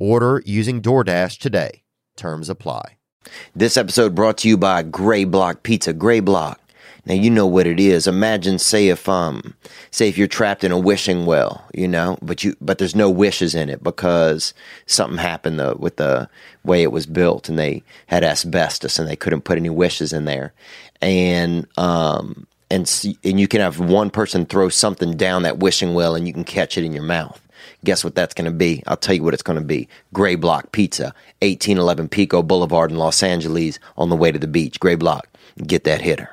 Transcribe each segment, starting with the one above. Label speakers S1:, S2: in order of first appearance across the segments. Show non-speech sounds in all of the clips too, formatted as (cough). S1: Order using DoorDash today. Terms apply.
S2: This episode brought to you by Gray Block Pizza. Gray Block. Now you know what it is. Imagine, say if um, say if you're trapped in a wishing well, you know, but you but there's no wishes in it because something happened the, with the way it was built, and they had asbestos, and they couldn't put any wishes in there, and um, and see, and you can have one person throw something down that wishing well, and you can catch it in your mouth. Guess what that's going to be? I'll tell you what it's going to be. Gray Block Pizza, 1811 Pico Boulevard in Los Angeles on the way to the beach. Gray Block, get that hitter.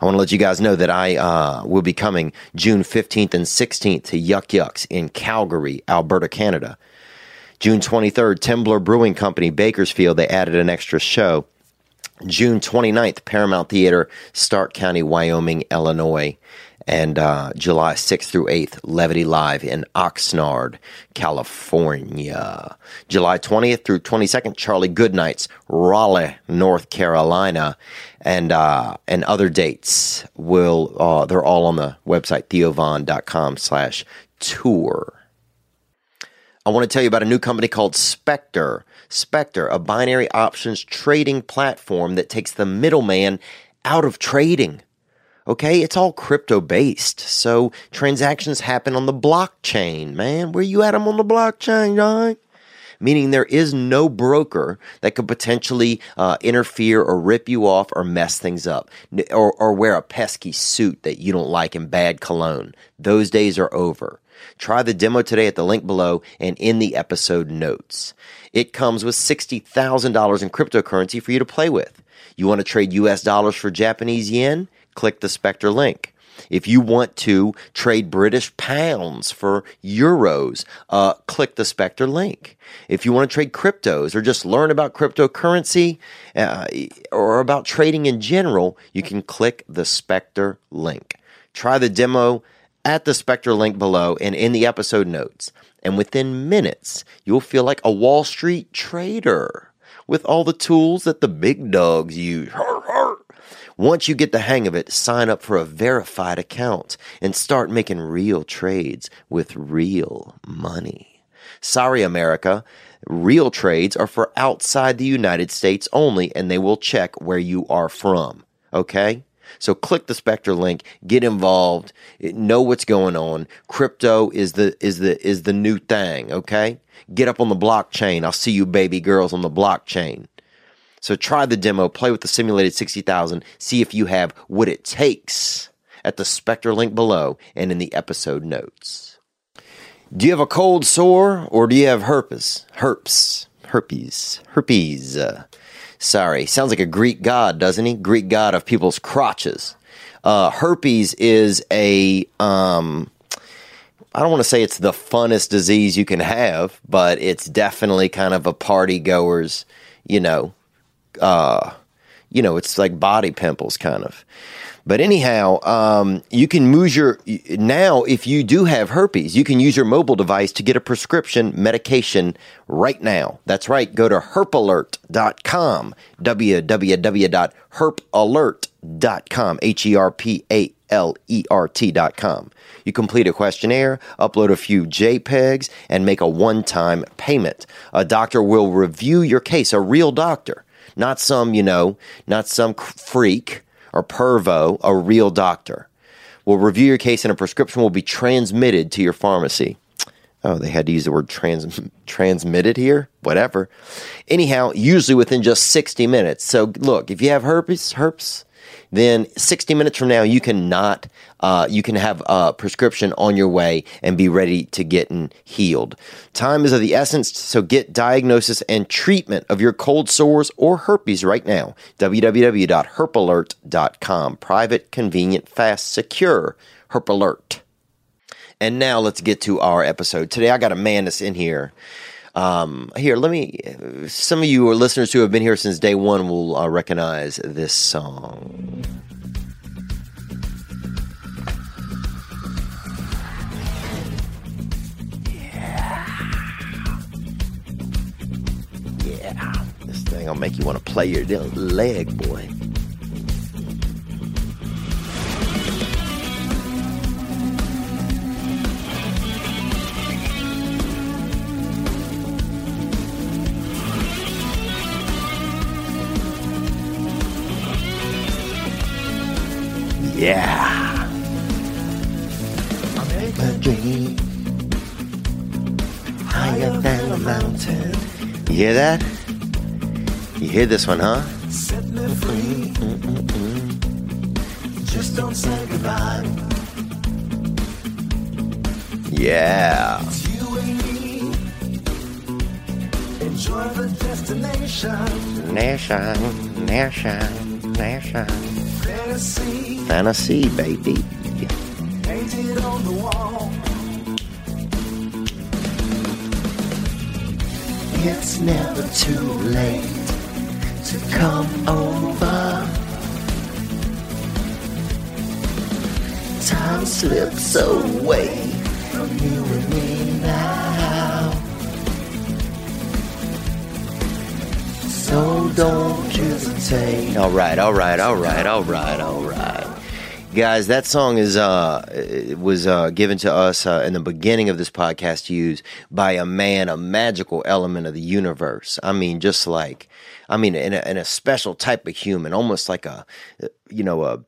S2: I want to let you guys know that I uh, will be coming June 15th and 16th to Yuck Yucks in Calgary, Alberta, Canada. June 23rd, Tembler Brewing Company, Bakersfield, they added an extra show. June 29th, Paramount Theater, Stark County, Wyoming, Illinois. And uh, July 6th through 8th, Levity Live in Oxnard, California. July 20th through 22nd, Charlie Goodnight's Raleigh, North Carolina. And uh, and other dates will uh, they're all on the website theovon.com slash tour. I want to tell you about a new company called Spectre. Spectre, a binary options trading platform that takes the middleman out of trading. Okay, it's all crypto based. So transactions happen on the blockchain, man. Where you at? I'm on the blockchain, dog meaning there is no broker that could potentially uh, interfere or rip you off or mess things up N- or, or wear a pesky suit that you don't like and bad cologne. Those days are over. Try the demo today at the link below and in the episode notes. It comes with $60,000 in cryptocurrency for you to play with. You want to trade US dollars for Japanese yen? Click the Spectre link. If you want to trade British pounds for euros, uh, click the Spectre link. If you want to trade cryptos or just learn about cryptocurrency uh, or about trading in general, you can click the Spectre link. Try the demo at the Spectre link below and in the episode notes. And within minutes, you'll feel like a Wall Street trader with all the tools that the big dogs use. Har, har. Once you get the hang of it, sign up for a verified account and start making real trades with real money. Sorry, America. Real trades are for outside the United States only, and they will check where you are from. Okay? So click the Spectre link, get involved, know what's going on. Crypto is the is the is the new thing, okay? Get up on the blockchain. I'll see you baby girls on the blockchain. So try the demo, play with the simulated 60,000, see if you have what it takes at the Spectre link below and in the episode notes. Do you have a cold sore or do you have herpes? Herpes. Herpes. Herpes. Uh, sorry. Sounds like a Greek god, doesn't he? Greek god of people's crotches. Uh, herpes is a. Um, I don't want to say it's the funnest disease you can have, but it's definitely kind of a party goer's, you know, uh, you know, it's like body pimples kind of. But anyhow, um, you can use your now if you do have herpes, you can use your mobile device to get a prescription medication right now. That's right. Go to herpalert.com, www.herpalert.com, H E R P A L E R T.com. You complete a questionnaire, upload a few JPEGs, and make a one time payment. A doctor will review your case, a real doctor not some, you know, not some c- freak or pervo, a real doctor. Will review your case and a prescription will be transmitted to your pharmacy. Oh, they had to use the word trans (laughs) transmitted here. Whatever. Anyhow, usually within just sixty minutes. So look, if you have herpes, herpes, then sixty minutes from now you cannot. Uh, you can have a prescription on your way and be ready to getting healed. Time is of the essence, so get diagnosis and treatment of your cold sores or herpes right now. www.herpalert.com. Private, convenient, fast, secure. Herp Alert. And now let's get to our episode. Today I got a man that's in here. Um, here, let me. Some of you or listeners who have been here since day one will uh, recognize this song. Yeah, yeah. This thing will make you want to play your little leg, boy. Yeah. American dream. Higher than a mountain. You hear that? You hear this one, huh?
S3: Set me free. Just don't say goodbye.
S2: Yeah.
S3: It's you and me. Enjoy the destination.
S2: Nation, nation, nation.
S3: Fantasy
S2: Fantasy, baby.
S3: painted on the wall. It's never too late to come over. Time slips away from you and me now. So don't hesitate.
S2: All right, all right, all right, all right, all right. Guys, that song is uh it was uh given to us uh, in the beginning of this podcast to use by a man, a magical element of the universe. I mean, just like I mean, in a, in a special type of human, almost like a you know, a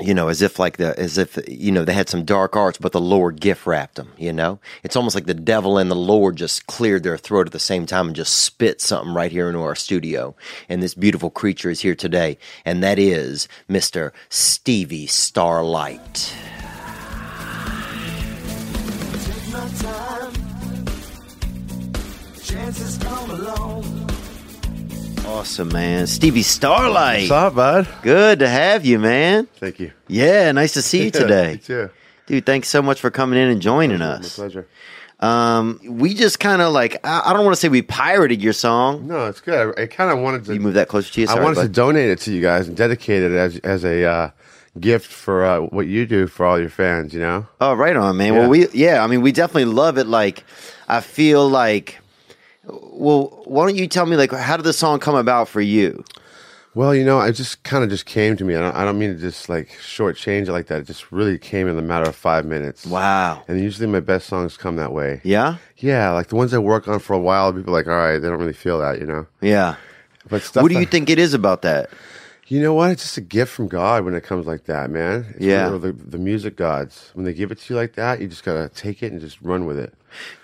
S2: you know, as if like the, as if, you know, they had some dark arts, but the Lord gift wrapped them, you know? It's almost like the devil and the Lord just cleared their throat at the same time and just spit something right here into our studio. And this beautiful creature is here today, and that is Mr. Stevie Starlight.
S3: Take my time. Chances come along.
S2: Awesome, man. Stevie Starlight.
S4: What's up, bud?
S2: Good to have you, man.
S4: Thank you.
S2: Yeah, nice to see you today.
S4: too.
S2: Dude, thanks so much for coming in and joining
S4: My
S2: us.
S4: pleasure.
S2: Um, we just kind of like, I, I don't want to say we pirated your song.
S4: No, it's good. I, I kind of wanted to.
S2: You move that closer to you. Sorry,
S4: I wanted
S2: bud.
S4: to donate it to you guys and dedicate it as as a uh, gift for uh, what you do for all your fans. You know,
S2: Oh, right on, man.
S4: Yeah.
S2: Well, we yeah, I mean, we definitely love it. Like, I feel like, well, why don't you tell me like how did the song come about for you?
S4: Well, you know, it just kind of just came to me. I don't, I don't mean to just like shortchange it like that. It just really came in the matter of five minutes.
S2: Wow.
S4: And usually my best songs come that way.
S2: Yeah.
S4: Yeah, like the ones I work on for a while, people are like, all right, they don't really feel that, you know.
S2: Yeah.
S4: But stuff
S2: what do you
S4: that-
S2: think it is about that?
S4: You know what? It's just a gift from God when it comes like that, man. It's
S2: Yeah.
S4: one of The, the music gods, when they give it to you like that, you just gotta take it and just run with it.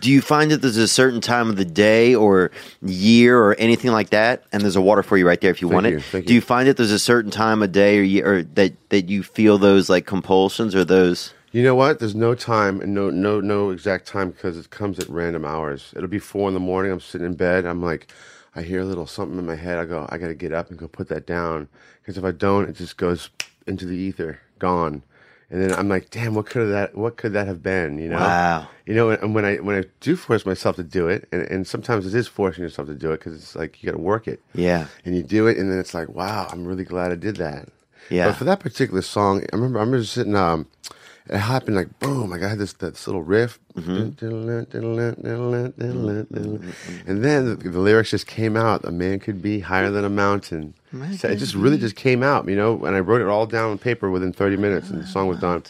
S2: Do you find that there's a certain time of the day or year or anything like that? And there's a water for you right there if you want
S4: you,
S2: it.
S4: thank
S2: Do
S4: you.
S2: you find that there's a certain time of day or year or that that you feel those like compulsions or those?
S4: You know what? There's no time and no no no exact time because it comes at random hours. It'll be four in the morning. I'm sitting in bed. I'm like, I hear a little something in my head. I go, I gotta get up and go put that down because if I don't, it just goes into the ether, gone. And then I'm like, damn, what could that? What could that have been? You know?
S2: Wow.
S4: You know, and when I when I do force myself to do it, and, and sometimes it is forcing yourself to do it because it's like you got to work it.
S2: Yeah.
S4: And you do it, and then it's like, wow, I'm really glad I did that.
S2: Yeah.
S4: But for that particular song, I remember I remember sitting. Um, it happened like boom. Like I had this this little riff,
S2: Mm-hmm. Mm-hmm.
S4: and then the, the lyrics just came out. A man could be higher than a mountain. So it just really just came out, you know. And I wrote it all down on paper within 30 minutes, and the song was done.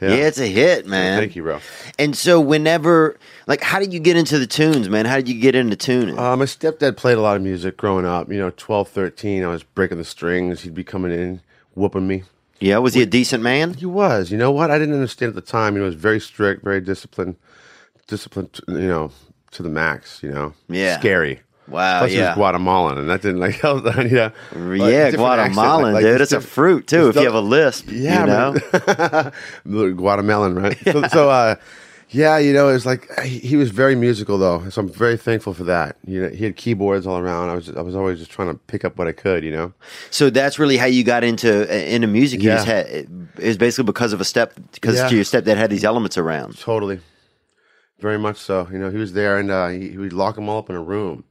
S2: Yeah, it's a hit, man.
S4: Thank you, bro.
S2: And so, whenever, like, how did you get into the tunes, man? How did you get into tuning?
S4: Uh, my stepdad played a lot of music growing up. You know, 12, 13, I was breaking the strings. He'd be coming in, whooping me.
S2: yeah, was he a decent man?
S4: He was. You know what? I didn't understand at the time. You know, he was very strict, very disciplined. disciplined, t- you know, to the max. You know,
S2: Yeah.
S4: scary.
S2: Wow,
S4: Plus, it
S2: yeah.
S4: was Guatemalan, and that didn't like (laughs) help. yeah, Like,
S2: yeah,
S4: different
S2: Guatemalan,
S4: accent, like, like,
S2: dude. It's
S4: just
S2: a
S4: diff-
S2: fruit too. If
S4: just
S2: you have a lisp,
S4: yeah,
S2: you know.
S4: man. (laughs) Little
S2: (laughs)
S4: Guatemalan, right? So, so uh, yeah, you know, it's like he he was very musical though, so I'm very thankful for that. You know, he had keyboards all around. I was I was always just trying to pick up what I could. You know,
S2: So that's really how you got into uh, into music. You
S4: Yeah.
S2: just had it was basically because of a step because
S4: Yeah.
S2: your stepdad had these elements around.
S4: totally, very much so. You know, he was there, and uh, he, he would lock them all up in a room,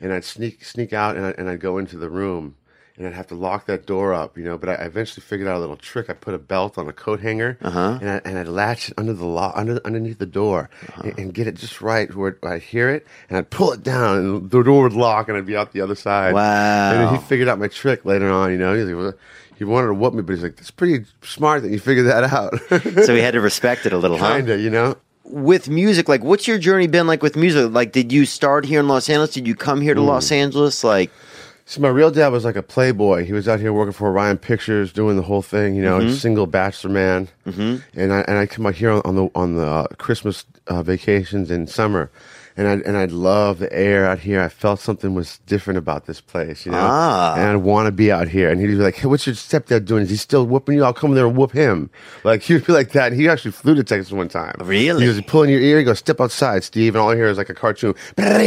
S4: and I'd sneak sneak out, and, I, and I'd go into the room. And I'd have to lock that door up, you know. But I I eventually figured out a little trick. I put a belt on a coat hanger,
S2: Uh-huh.
S4: and, I, and I'd latch it under the lock, under underneath the door,
S2: Uh-huh.
S4: and, and get it just right where I would hear it, and I'd pull it down, and the door would lock, and I'd be out the other side. And then
S2: Wow.
S4: he figured out my trick later on, you know. He's like, "Well," he wanted to whoop me, but he's like, "That's pretty smart that you figured that out." (laughs)
S2: so he had to respect it a little, huh?
S4: Kinda, you know.
S2: With music, like, what's your journey been like with music? Like, did you start here in Los Angeles? Did you come here to
S4: Mm.
S2: Los Angeles? Like,
S4: So my real dad was like a playboy. He was out here working for Orion Pictures, doing the whole thing, you know, single bachelor man. Mm-hmm. And I and I come out here on the on the uh, Christmas uh, vacations in summer, and I and I love the air out here. I felt something was different about this place, you know.
S2: Ah.
S4: And I want to be out here. And he'd be like, "Hey, what's your stepdad doing? Is he still whooping you? I'll come there and whoop him." Like (laughs) he'd be like that. And he actually flew to Texas one time.
S2: Really?
S4: He was pulling your ear. He goes, "Step outside, Steve." And all I hear is like a cartoon. And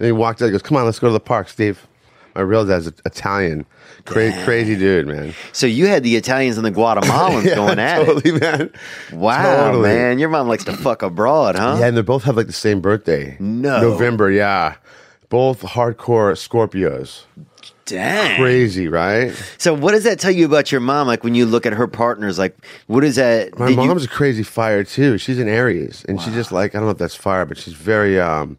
S4: he walked out. He goes, "Come on, let's go to the park, Steve." My real dad's Italian, Cra- crazy dude, man.
S2: so you had the Italians and the
S4: (laughs)
S2: Guatemalans going at it.
S4: totally, man.
S2: Wow,
S4: Totally.
S2: man, your mom likes to fuck abroad, huh?
S4: Yeah, and they both have like the same birthday.
S2: No.
S4: November. Yeah, both hardcore Scorpios.
S2: Dang.
S4: Crazy, right?
S2: So, what does that tell you about your mom? Like, when you look at her partners, like, what is that?
S4: My
S2: did you-
S4: mom's a crazy fire too. She's an Aries, and she's just like I don't know if that's fire, but she's very um.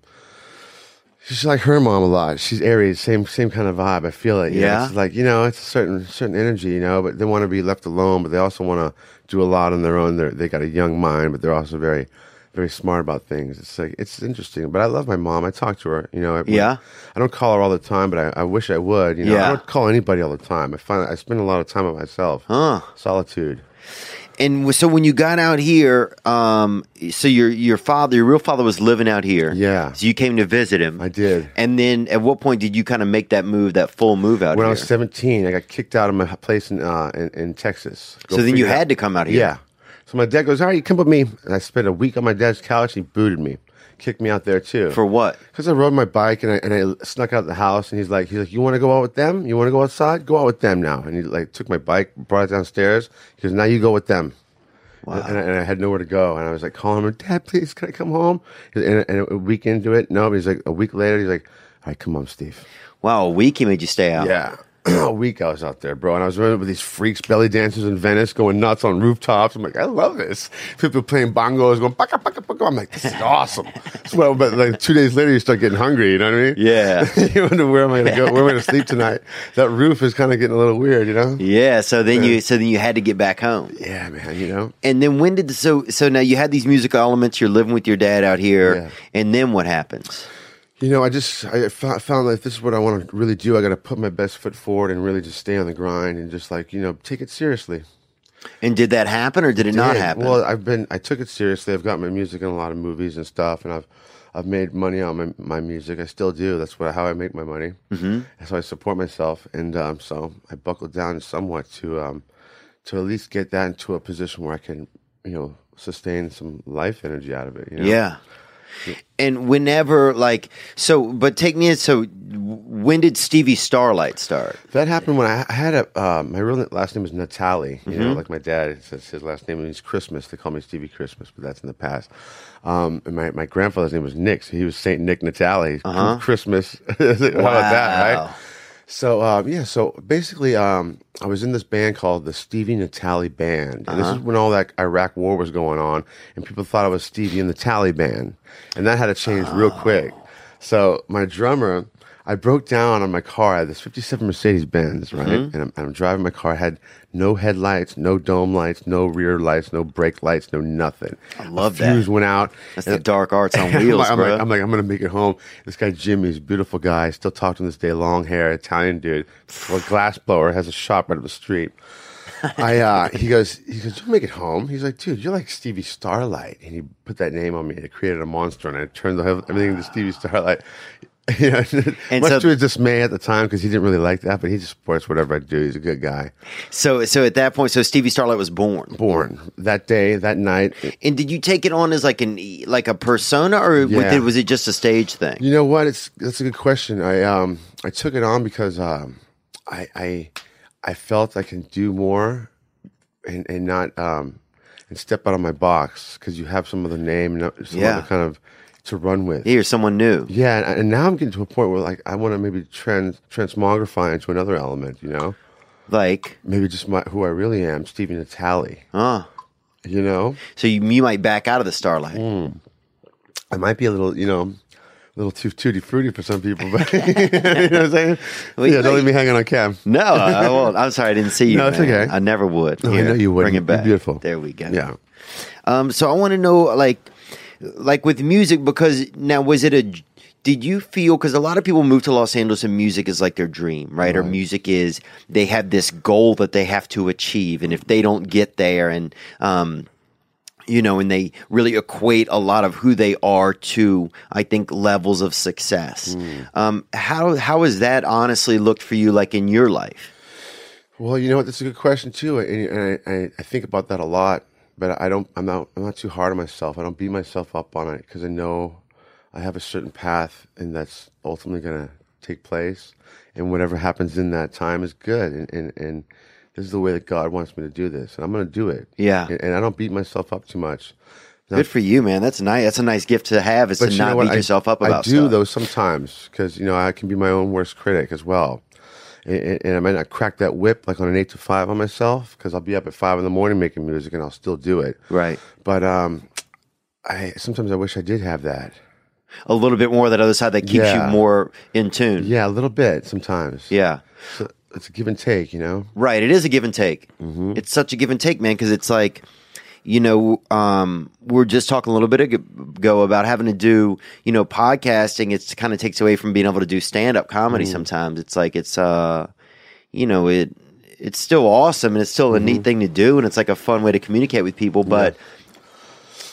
S4: She's like her mom a lot. She's Aries, same same kind of vibe. I feel it. you know?
S2: Yeah.
S4: it's like you know, it's a certain certain energy, you know. But they want to be left alone, but they also want to do a lot on their own. They they got a young mind, but they're also very very smart about things. It's like it's interesting. But I love my mom. I talk to her. You know. I,
S2: Yeah.
S4: I don't call her all the time, but I, I wish I would. You know.
S2: Yeah.
S4: I don't call anybody all the time. I find I spend a lot of time by myself.
S2: Huh.
S4: Solitude.
S2: And w- so when you got out here, um, so your your father, your real father, was living out here.
S4: Yeah.
S2: So you came to visit him.
S4: I did.
S2: And then, at what point did you kind of make that move, that full move out
S4: when
S2: here?
S4: I was 17, I got kicked out of my place in uh, in, in Texas. Go
S2: so then you
S4: figure it
S2: had
S4: out.
S2: to come out here.
S4: Yeah. So my dad goes, "All right, you come with me." And I spent a week on my dad's couch. He booted me, kicked me out there too.
S2: For what?
S4: Because I rode my bike and I, and I snuck out the house, and he's like, he's like, you want to go out with them? You want to go outside? Go out with them now. And he like took my bike, brought it downstairs. He goes, now you go with them. Wow. And, I, and I had nowhere to go, and I was like calling him, Dad, please, can I come home? And, and a week into it, no. He's like, a week later, he's like, all right, come on, Steve.
S2: Wow, a week he made you stay out.
S4: Yeah. (clears throat) A week I was out there, bro, and I was running with these freaks, belly dancers in Venice, going nuts on rooftops. I'm like, I love this. People playing bongos, going baka baka baka. I'm like, this is awesome. so, but like two days later, you start getting hungry. You know what I mean?
S2: Yeah.
S4: (laughs) you wonder where am I going to go? Where am I going to sleep tonight? That roof is kind of getting a little weird, you know?
S2: Yeah. So then you, so then you had to get back home.
S4: Yeah, man. You know,
S2: And then when did so so now you had these musical elements? You're living with your dad out here,
S4: Yeah.
S2: and then what happens?
S4: you know. I just I found, found that if this is what I want to really do. I got to put my best foot forward and really just stay on the grind and just like you know take it seriously.
S2: And did that happen or did it not
S4: did.
S2: happen?
S4: Well, I've been I took it seriously. I've got my music in a lot of movies and stuff, and I've I've made money on my, my music. I still do. That's what how I make my money. Mm-hmm. That's how I support myself, and um, so I buckled down somewhat to um, to at least get that into a position where I can you know sustain some life energy out of it. You know?
S2: Yeah. And whenever, like, so, but take me in. So, when did Stevie Starlight start?
S4: That happened when I I had a uh, my real last name is Natali. You know, like my dad says his last name means Christmas. They call me Stevie Christmas, but that's in the past. Um, and my, my grandfather's name was Nick, so he was Saint Nick Natali. Christmas. (laughs) How about that,
S2: Wow.
S4: right? So um, yeah, so basically, um, I was in this band called the Stevie Natali Band, and
S2: Uh-huh.
S4: this is when all that Iraq War was going on, and people thought I was Stevie and the Taliban, and that had to change real
S2: Oh.
S4: quick. So my drummer, I broke down on my car. I had this '57 Mercedes Benz, right,
S2: Mm-hmm.
S4: and, I'm, and I'm driving my car. I had no headlights, no dome lights, no rear lights, no brake lights, no nothing. I
S2: love
S4: A
S2: that.
S4: fuse went out.
S2: That's
S4: and-
S2: the dark arts on
S4: (laughs) I'm
S2: wheels,
S4: like- I'm
S2: bro.
S4: like, I'm like, I'm gonna make it home. This guy Jimmy's a beautiful guy.
S2: (laughs)
S4: I still talk to him this day. Long hair, Italian dude. Well, glass blower has a shop right up the street.
S2: (laughs)
S4: I uh, he goes he goes don't make it home. He's like, dude, you're like Stevie Starlight, and he put that name on me. and It created a monster, and I turned the whole, everything into Stevie Starlight. (laughs) You know,
S2: And
S4: much
S2: so-
S4: to his dismay at the time because he didn't really like that, but he just supports whatever I do. He's a good guy.
S2: So, so at that point, so Stevie Starlight was born.
S4: Born that day, that night.
S2: And did you take it on as like an e, like a persona, or was
S4: Yeah.
S2: it- was it just a stage thing?
S4: You know what? It's that's a good question. I um I took it on because um I I I felt I can do more and and not um and step out of my box because you have some other name and some
S2: Yeah.
S4: other kind of to run with.
S2: Here, someone new.
S4: Yeah, and, and now I'm getting to a point where like I want to maybe trans transmogrify into another element. You know,
S2: Like,
S4: maybe just my who I really am, Stevie Natale.
S2: oh,
S4: You know,
S2: so you, you might back out of the Starlight.
S4: I might be a little you know. A little too tutti frutti for some people, but (laughs) you know what I'm saying?
S2: Well,
S4: yeah,
S2: you
S4: don't
S2: know-
S4: leave me hanging on cam.
S2: No, I, I won't. I'm sorry, I didn't
S4: (laughs)
S2: see you.
S4: No, it's
S2: man.
S4: okay.
S2: I never would.
S4: No, I
S2: Here,
S4: know you wouldn't.
S2: Bring it
S4: You're
S2: back.
S4: beautiful.
S2: There we go.
S4: Yeah.
S2: Um. So I want to know, like, like with music, because now was it a? Did you feel because a lot of people move to Los Angeles and music is like their dream, right? Or music is they have this goal that they have to achieve, and if they don't get there, and um, you know, and they really equate a lot of who they are to, I think, levels of success.
S4: Hmm.
S2: Um, how how has that honestly looked for you, like in your life?
S4: Well, you know what? That's a good question too, and, and I, I, I think about that a lot. But I don't. I'm not. I'm not too hard on myself. I don't beat myself up on it because I know I have a certain path, and that's ultimately gonna take place. And whatever happens in that time is good. And and, and this is the way that God wants me to do this, and I'm gonna do it.
S2: Yeah.
S4: And, and I don't beat myself up too much.
S2: Good for you, man. That's nice. That's a nice gift to have is to
S4: you know
S2: not
S4: what?
S2: beat yourself up about.
S4: I do
S2: stuff.
S4: though sometimes because you know I can be my own worst critic as well, and, and- and I might not crack that whip like on an eight to five on myself because I'll be up at five in the morning making music and I'll still do it.
S2: Right.
S4: But um, I sometimes I wish I did have that.
S2: a little bit more of that other side that keeps
S4: Yeah.
S2: you more in tune. Yeah.
S4: Yeah, a little bit sometimes. So it's a give and take, you know.
S2: Right. It is a give and take.
S4: Mm-hmm.
S2: It's such a give and take, man, because it's like, you know, um, we we're just talking a little bit ago about having to do, you know, podcasting. It's kind of takes away from being able to do stand up comedy
S4: Mm-hmm.
S2: sometimes. It's like, it's, uh, you know, it, it's still awesome and it's still a
S4: Mm-hmm.
S2: neat thing to do. And it's like a fun way to communicate with people. But,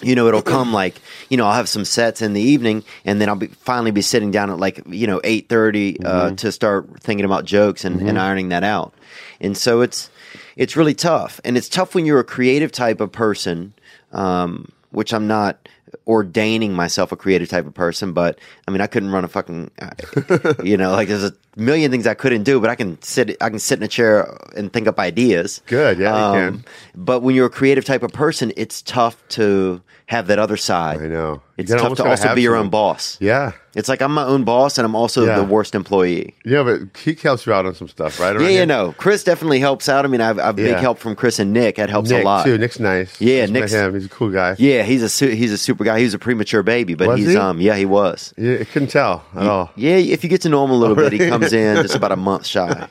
S2: you know it'll come like you know i'll have some sets in the evening and then i'll be finally be sitting down at like you know 8.30 uh,
S4: Mm-hmm.
S2: to start thinking about jokes and, and ironing that out and so it's it's really tough and it's tough when you're a creative type of person um, which i'm not ordaining myself a creative type of person but i mean i couldn't run a fucking I- you know like there's a million things i couldn't do but i can sit i can sit in a chair and think up ideas Um,
S4: Good, yeah, you can.
S2: but when you're a creative type of person, it's tough to have that other side.
S4: I know. You
S2: It's
S4: gotta-
S2: tough to
S4: almost gotta
S2: also
S4: have
S2: be your own
S4: some-
S2: boss.
S4: Yeah,
S2: It's like I'm my own boss and I'm also
S4: Yeah.
S2: the worst employee.
S4: yeah, but he helps you out on some stuff, right?
S2: yeah,
S4: Around
S2: yeah,
S4: here?
S2: no. Chris definitely helps out. I mean, I've, I've big
S4: Yeah.
S2: help from Chris and Nick. That helps
S4: Nick
S2: a lot.
S4: too. Nick's nice.
S2: Yeah,
S4: Just met
S2: Nick's-
S4: him. He's a cool guy.
S2: Yeah, he's a su- he's a super guy. He was a premature baby, but
S4: Was
S2: he's
S4: he? Oh.
S2: um yeah he was.
S4: yeah I couldn't tell at all.
S2: Yeah, if you get to know him a little
S4: (laughs)
S2: bit, he comes in just about a month shy.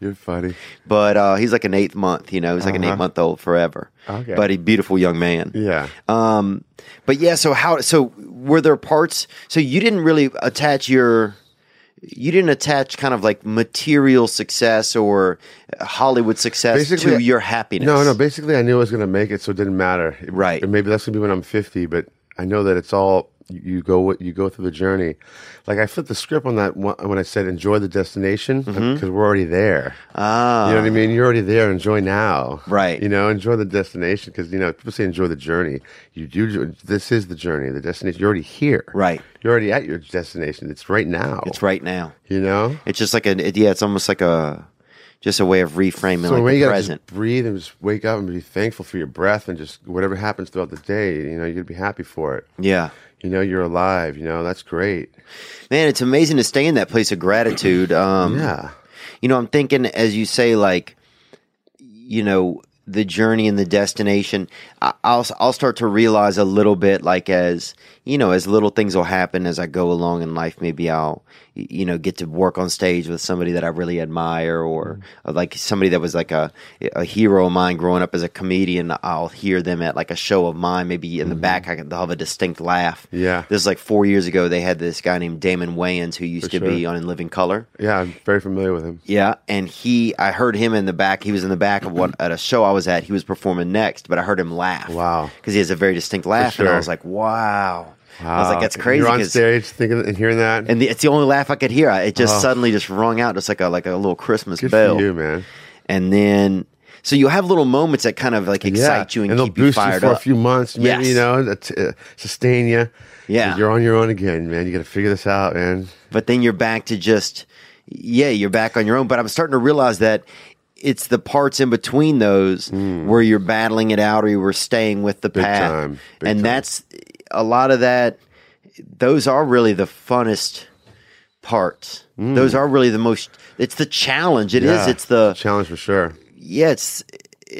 S4: You're funny.
S2: But uh, he's like an eighth month, you know, he's like an eight month old forever.
S4: Uh-huh. Okay.
S2: But a beautiful young man.
S4: Yeah.
S2: Um, but yeah, so how? So were there parts? So you didn't really attach your, you didn't attach kind of like material success or Hollywood success to your happiness.
S4: No, no. Basically, I knew I was going to make it, so it didn't matter. It-
S2: Right.
S4: And maybe that's going to be when I'm 50, but I know that it's all you you go what you go through the journey. Like I flipped the script on that one, when I said enjoy the destination because we're already there.
S2: Mm-hmm. Ah,
S4: you know what I mean? You're already there. Enjoy now.
S2: Right.
S4: You know, enjoy the destination because you know people say enjoy the journey. You do. This is the journey. The destination. You're already here.
S2: Right.
S4: You're already at your destination. It's right now.
S2: it's right now.
S4: You know.
S2: It's just like a it- yeah. It's almost like a just a way of reframing
S4: So
S2: like
S4: when
S2: the
S4: you gotta
S2: present.
S4: just breathe and just wake up and be thankful for your breath and just whatever happens throughout the day, you know, you're gonna be happy for it.
S2: yeah.
S4: You know, you're alive. You know, that's great.
S2: Man, it's amazing to stay in that place of gratitude. Um,
S4: Yeah,
S2: you know, I'm thinking as you say, like, you know, the journey and the destination I- i'll i'll start to realize a little bit like as you know as little things will happen as i go along in life maybe i'll y- you know get to work on stage with somebody that i really admire or
S4: Mm-hmm.
S2: or like somebody that was like a a hero of mine growing up as a comedian i'll hear them at like a show of mine maybe in the back i can they'll have a distinct laugh
S4: Mm-hmm. Yeah.
S2: this is like four years ago they had this guy named damon wayans who used
S4: For
S2: to be
S4: sure.
S2: on in living color
S4: Yeah, I'm very familiar with him.
S2: yeah, and he, I heard him in the back. He was in the back of what at a show I was at. He was performing next, but I heard him laugh.
S4: Wow.
S2: because he has a very distinct laugh, and I
S4: sure.
S2: was like, wow. I was like,
S4: Wow.
S2: that's crazy.
S4: Uh, You're on
S2: 'cause-
S4: stage thinking and hearing that.
S2: and the, it's the only laugh I could hear. I- It just suddenly just rung out, just like a like a little Christmas
S4: Good
S2: bell.
S4: for you, man.
S2: And then, so you have little moments that kind of like excite you and,
S4: they'll
S2: keep you
S4: boost you,
S2: fired
S4: for
S2: up.
S4: a few months. Maybe
S2: Yes.
S4: you know, that's, uh, sustain you.
S2: Yeah.
S4: you're on your own again, man. You got to figure this out, man.
S2: but then you're back to just yeah you're back on your own but i'm starting to realize that it's the parts in between those where you're battling it out or you were staying with the path
S4: time. Hmm. Big
S2: and
S4: time.
S2: that's a lot of that those are really the funnest parts those are really the most it's the challenge It is.
S4: Hmm. Yeah.
S2: it's the
S4: challenge for sure.
S2: yeah, it's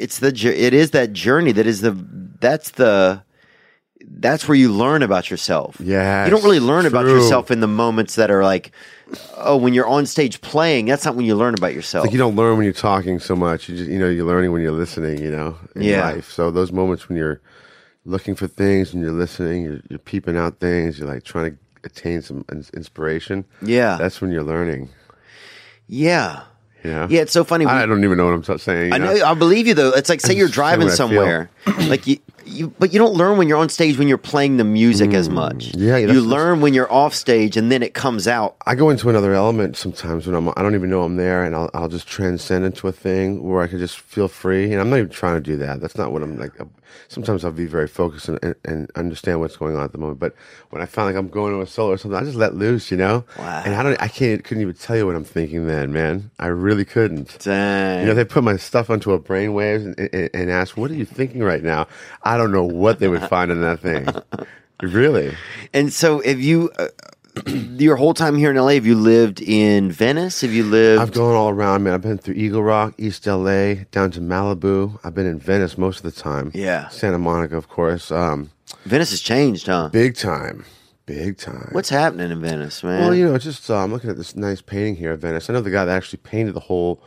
S2: it's the jour- it is that journey that is the that's the that's where you learn about yourself.
S4: Yes,
S2: you don't really learn about
S4: true.
S2: yourself in the moments that are like, oh, when you're on stage playing. That's not when you learn about yourself.
S4: Like you don't learn when you're talking so much. You just you know you're learning when you're listening. You know, in
S2: Yeah.
S4: life. So those moments when you're looking for things and you're listening, you're, you're peeping out things. You're like trying to attain some in- inspiration.
S2: Yeah.
S4: that's when you're learning.
S2: yeah,
S4: You know?
S2: yeah. It's so funny. We-
S4: I don't even know what I'm t- saying. you
S2: I know. I believe you though. It's like
S4: (laughs)
S2: say you're
S4: Say
S2: driving
S4: what I feel.
S2: somewhere, like you, you, but you don't learn when you're on stage when you're playing the music as much.
S4: Mm. Yeah, yeah,
S2: you
S4: that's-
S2: learn when you're off stage, and then it comes out.
S4: I go into another element sometimes when I'm I don't even know I'm there and I'll I'll just transcend into a thing where I can just feel free and I'm not even trying to do that. That's not what I'm like. Sometimes I'll be very focused and, and, and understand what's going on at the moment. But when I find like I'm going to a solo or something, I just let loose, you know.
S2: Wow.
S4: And I don't I can't couldn't even tell you what I'm thinking then, man. I really couldn't.
S2: Dang.
S4: You know, they put my stuff onto a brainwave and, and, and ask, "What are you thinking right now?" I don't know what they would find in that thing. really.
S2: And so, have you uh, (clears throat) your whole time here in LA? Have you lived in Venice? Have you lived?
S4: I've gone all around, man. I've been through Eagle Rock, East LA, down to Malibu. I've been in Venice most of the time.
S2: Yeah.
S4: Santa Monica, of course. Um,
S2: Venice has changed, huh?
S4: big time, big time.
S2: What's happening in Venice, man?
S4: well, you know, just uh, I'm looking at this nice painting here of Venice. I know the guy that actually painted the whole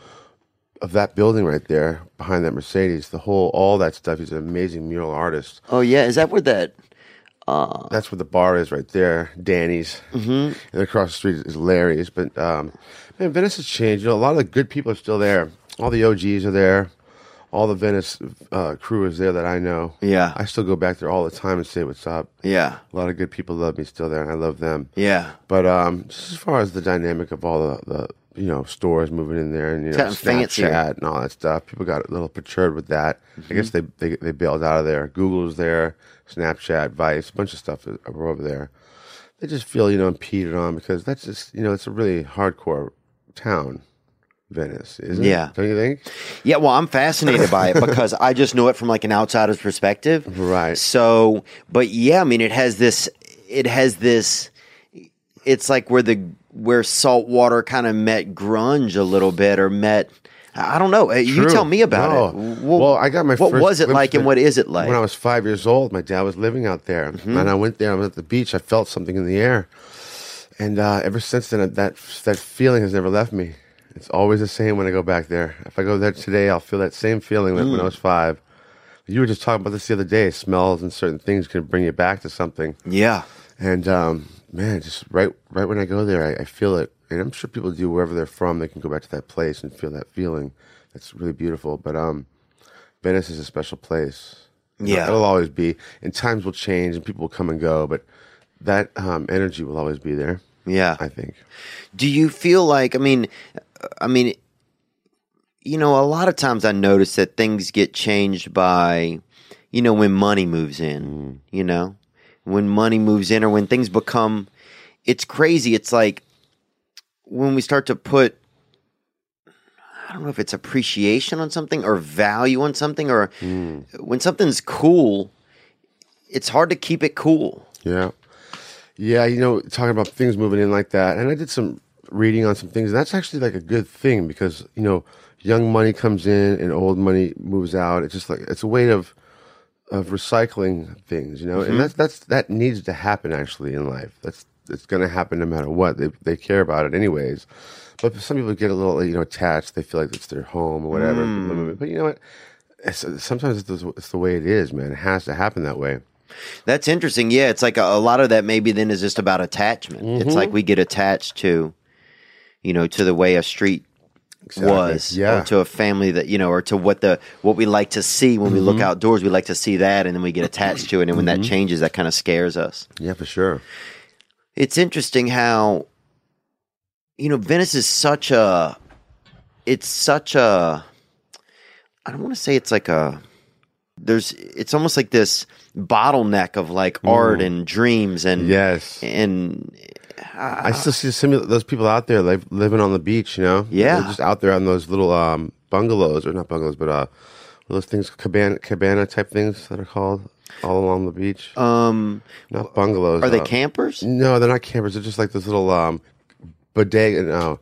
S4: of that building right there behind that Mercedes. The whole, all that stuff. He's an amazing mural artist.
S2: oh yeah, is that where that?
S4: That's where the bar is right there, Danny's. Mm-hmm. And across the street is Larry's. But um, man, Venice has changed. You know, a lot of the good people are still there. All the OGs are there. All the Venice uh, crew is there that I know.
S2: Yeah.
S4: I still go back there all the time and say what's up.
S2: Yeah,
S4: A lot of good people love me still there, and I love them.
S2: yeah.
S4: But um, just as far as the dynamic of all the, the you know stores moving in there and you know
S2: gotten fancier. Mm-hmm.
S4: Snapchat and all that stuff, people got a little perturbed with that. I guess they, they they bailed out of there. Google's there, Snapchat, Vice, a bunch of stuff is- are over there. They just feel you know impeded on because that's just you know it's a really hardcore town, Venice, isn't
S2: Yeah.
S4: it? Don't you think?
S2: Yeah, well, I'm fascinated by
S4: (laughs)
S2: it because I just know it from like an outsider's perspective.
S4: Right.
S2: So, but yeah, I mean, it has this, it has this, it's like where the, where salt water kind of met grunge a little bit or met, I don't know. Uh, You
S4: True.
S2: tell me about
S4: No.
S2: it.
S4: Well, I got my
S2: What
S4: first
S2: was it
S4: glimpse
S2: like
S4: of
S2: and what is it like? Mm-hmm.
S4: When I was five years old, my dad was living out there, and I went there. I was at the beach. I felt something in the air, and uh, ever since then, that that feeling has never left me. It's always the same when I go back there. If I go there today, I'll feel that same feeling that when I
S2: Mm.
S4: was five. You were just talking about this the other day. Smells and certain things can bring you back to something.
S2: yeah.
S4: And um, man, just right right when I go there, I, I feel it. And I'm sure people do wherever they're from, they can go back to that place and feel that feeling. That's really beautiful. But um, Venice is a special place. You know,
S2: Yeah.
S4: it'll always be. And times will change, and people will come and go, but that um, energy will always be there.
S2: Yeah.
S4: I think.
S2: Do you feel like I mean, uh, I mean, you know, a lot of times I notice that things get changed by, you know, when money moves in. You know, when money moves in, or when things become, it's crazy. It's like when we start to put. I don't know if it's appreciation on something or value on something, or when something's cool, it's hard to keep it cool.
S4: Yeah. Yeah, you know, talking about things moving in like that. And I did some reading on some things, and that's actually like a good thing because, you know, young money comes in and old money moves out. It's just like it's a way of of recycling things, you know. And that's that's that needs to happen actually in life. That's it's going to happen no matter what. They they care about it anyways. But some people get a little you know attached. They feel like it's their home or whatever. But you know what? It's, sometimes it's the, it's the way it is, man. It has to happen that way.
S2: That's interesting. Yeah, it's like a, a lot of that maybe then is just about attachment. It's like we get attached to, you know, to the way a street was,
S4: Yeah.
S2: or to a family that you know, or to what the what we like to see when we look outdoors. We like to see that, and then we get attached to it, and when that changes, that kind of scares us.
S4: Yeah, for sure.
S2: It's interesting how, you know, Venice is such a, it's such a, I don't want to say it's like a there's it's almost like this bottleneck of like art and dreams and
S4: Mm. Yes.
S2: and
S4: I still see some of those people out there like living on the beach, you know?
S2: Yeah.
S4: They're just out there on those little um, bungalows, or not bungalows, but uh, those things, cabana, cabana type things that are called all along the beach.
S2: um
S4: not bungalows.
S2: are they
S4: uh,
S2: campers
S4: No, they're not campers. They're just like those little um, bodega. No,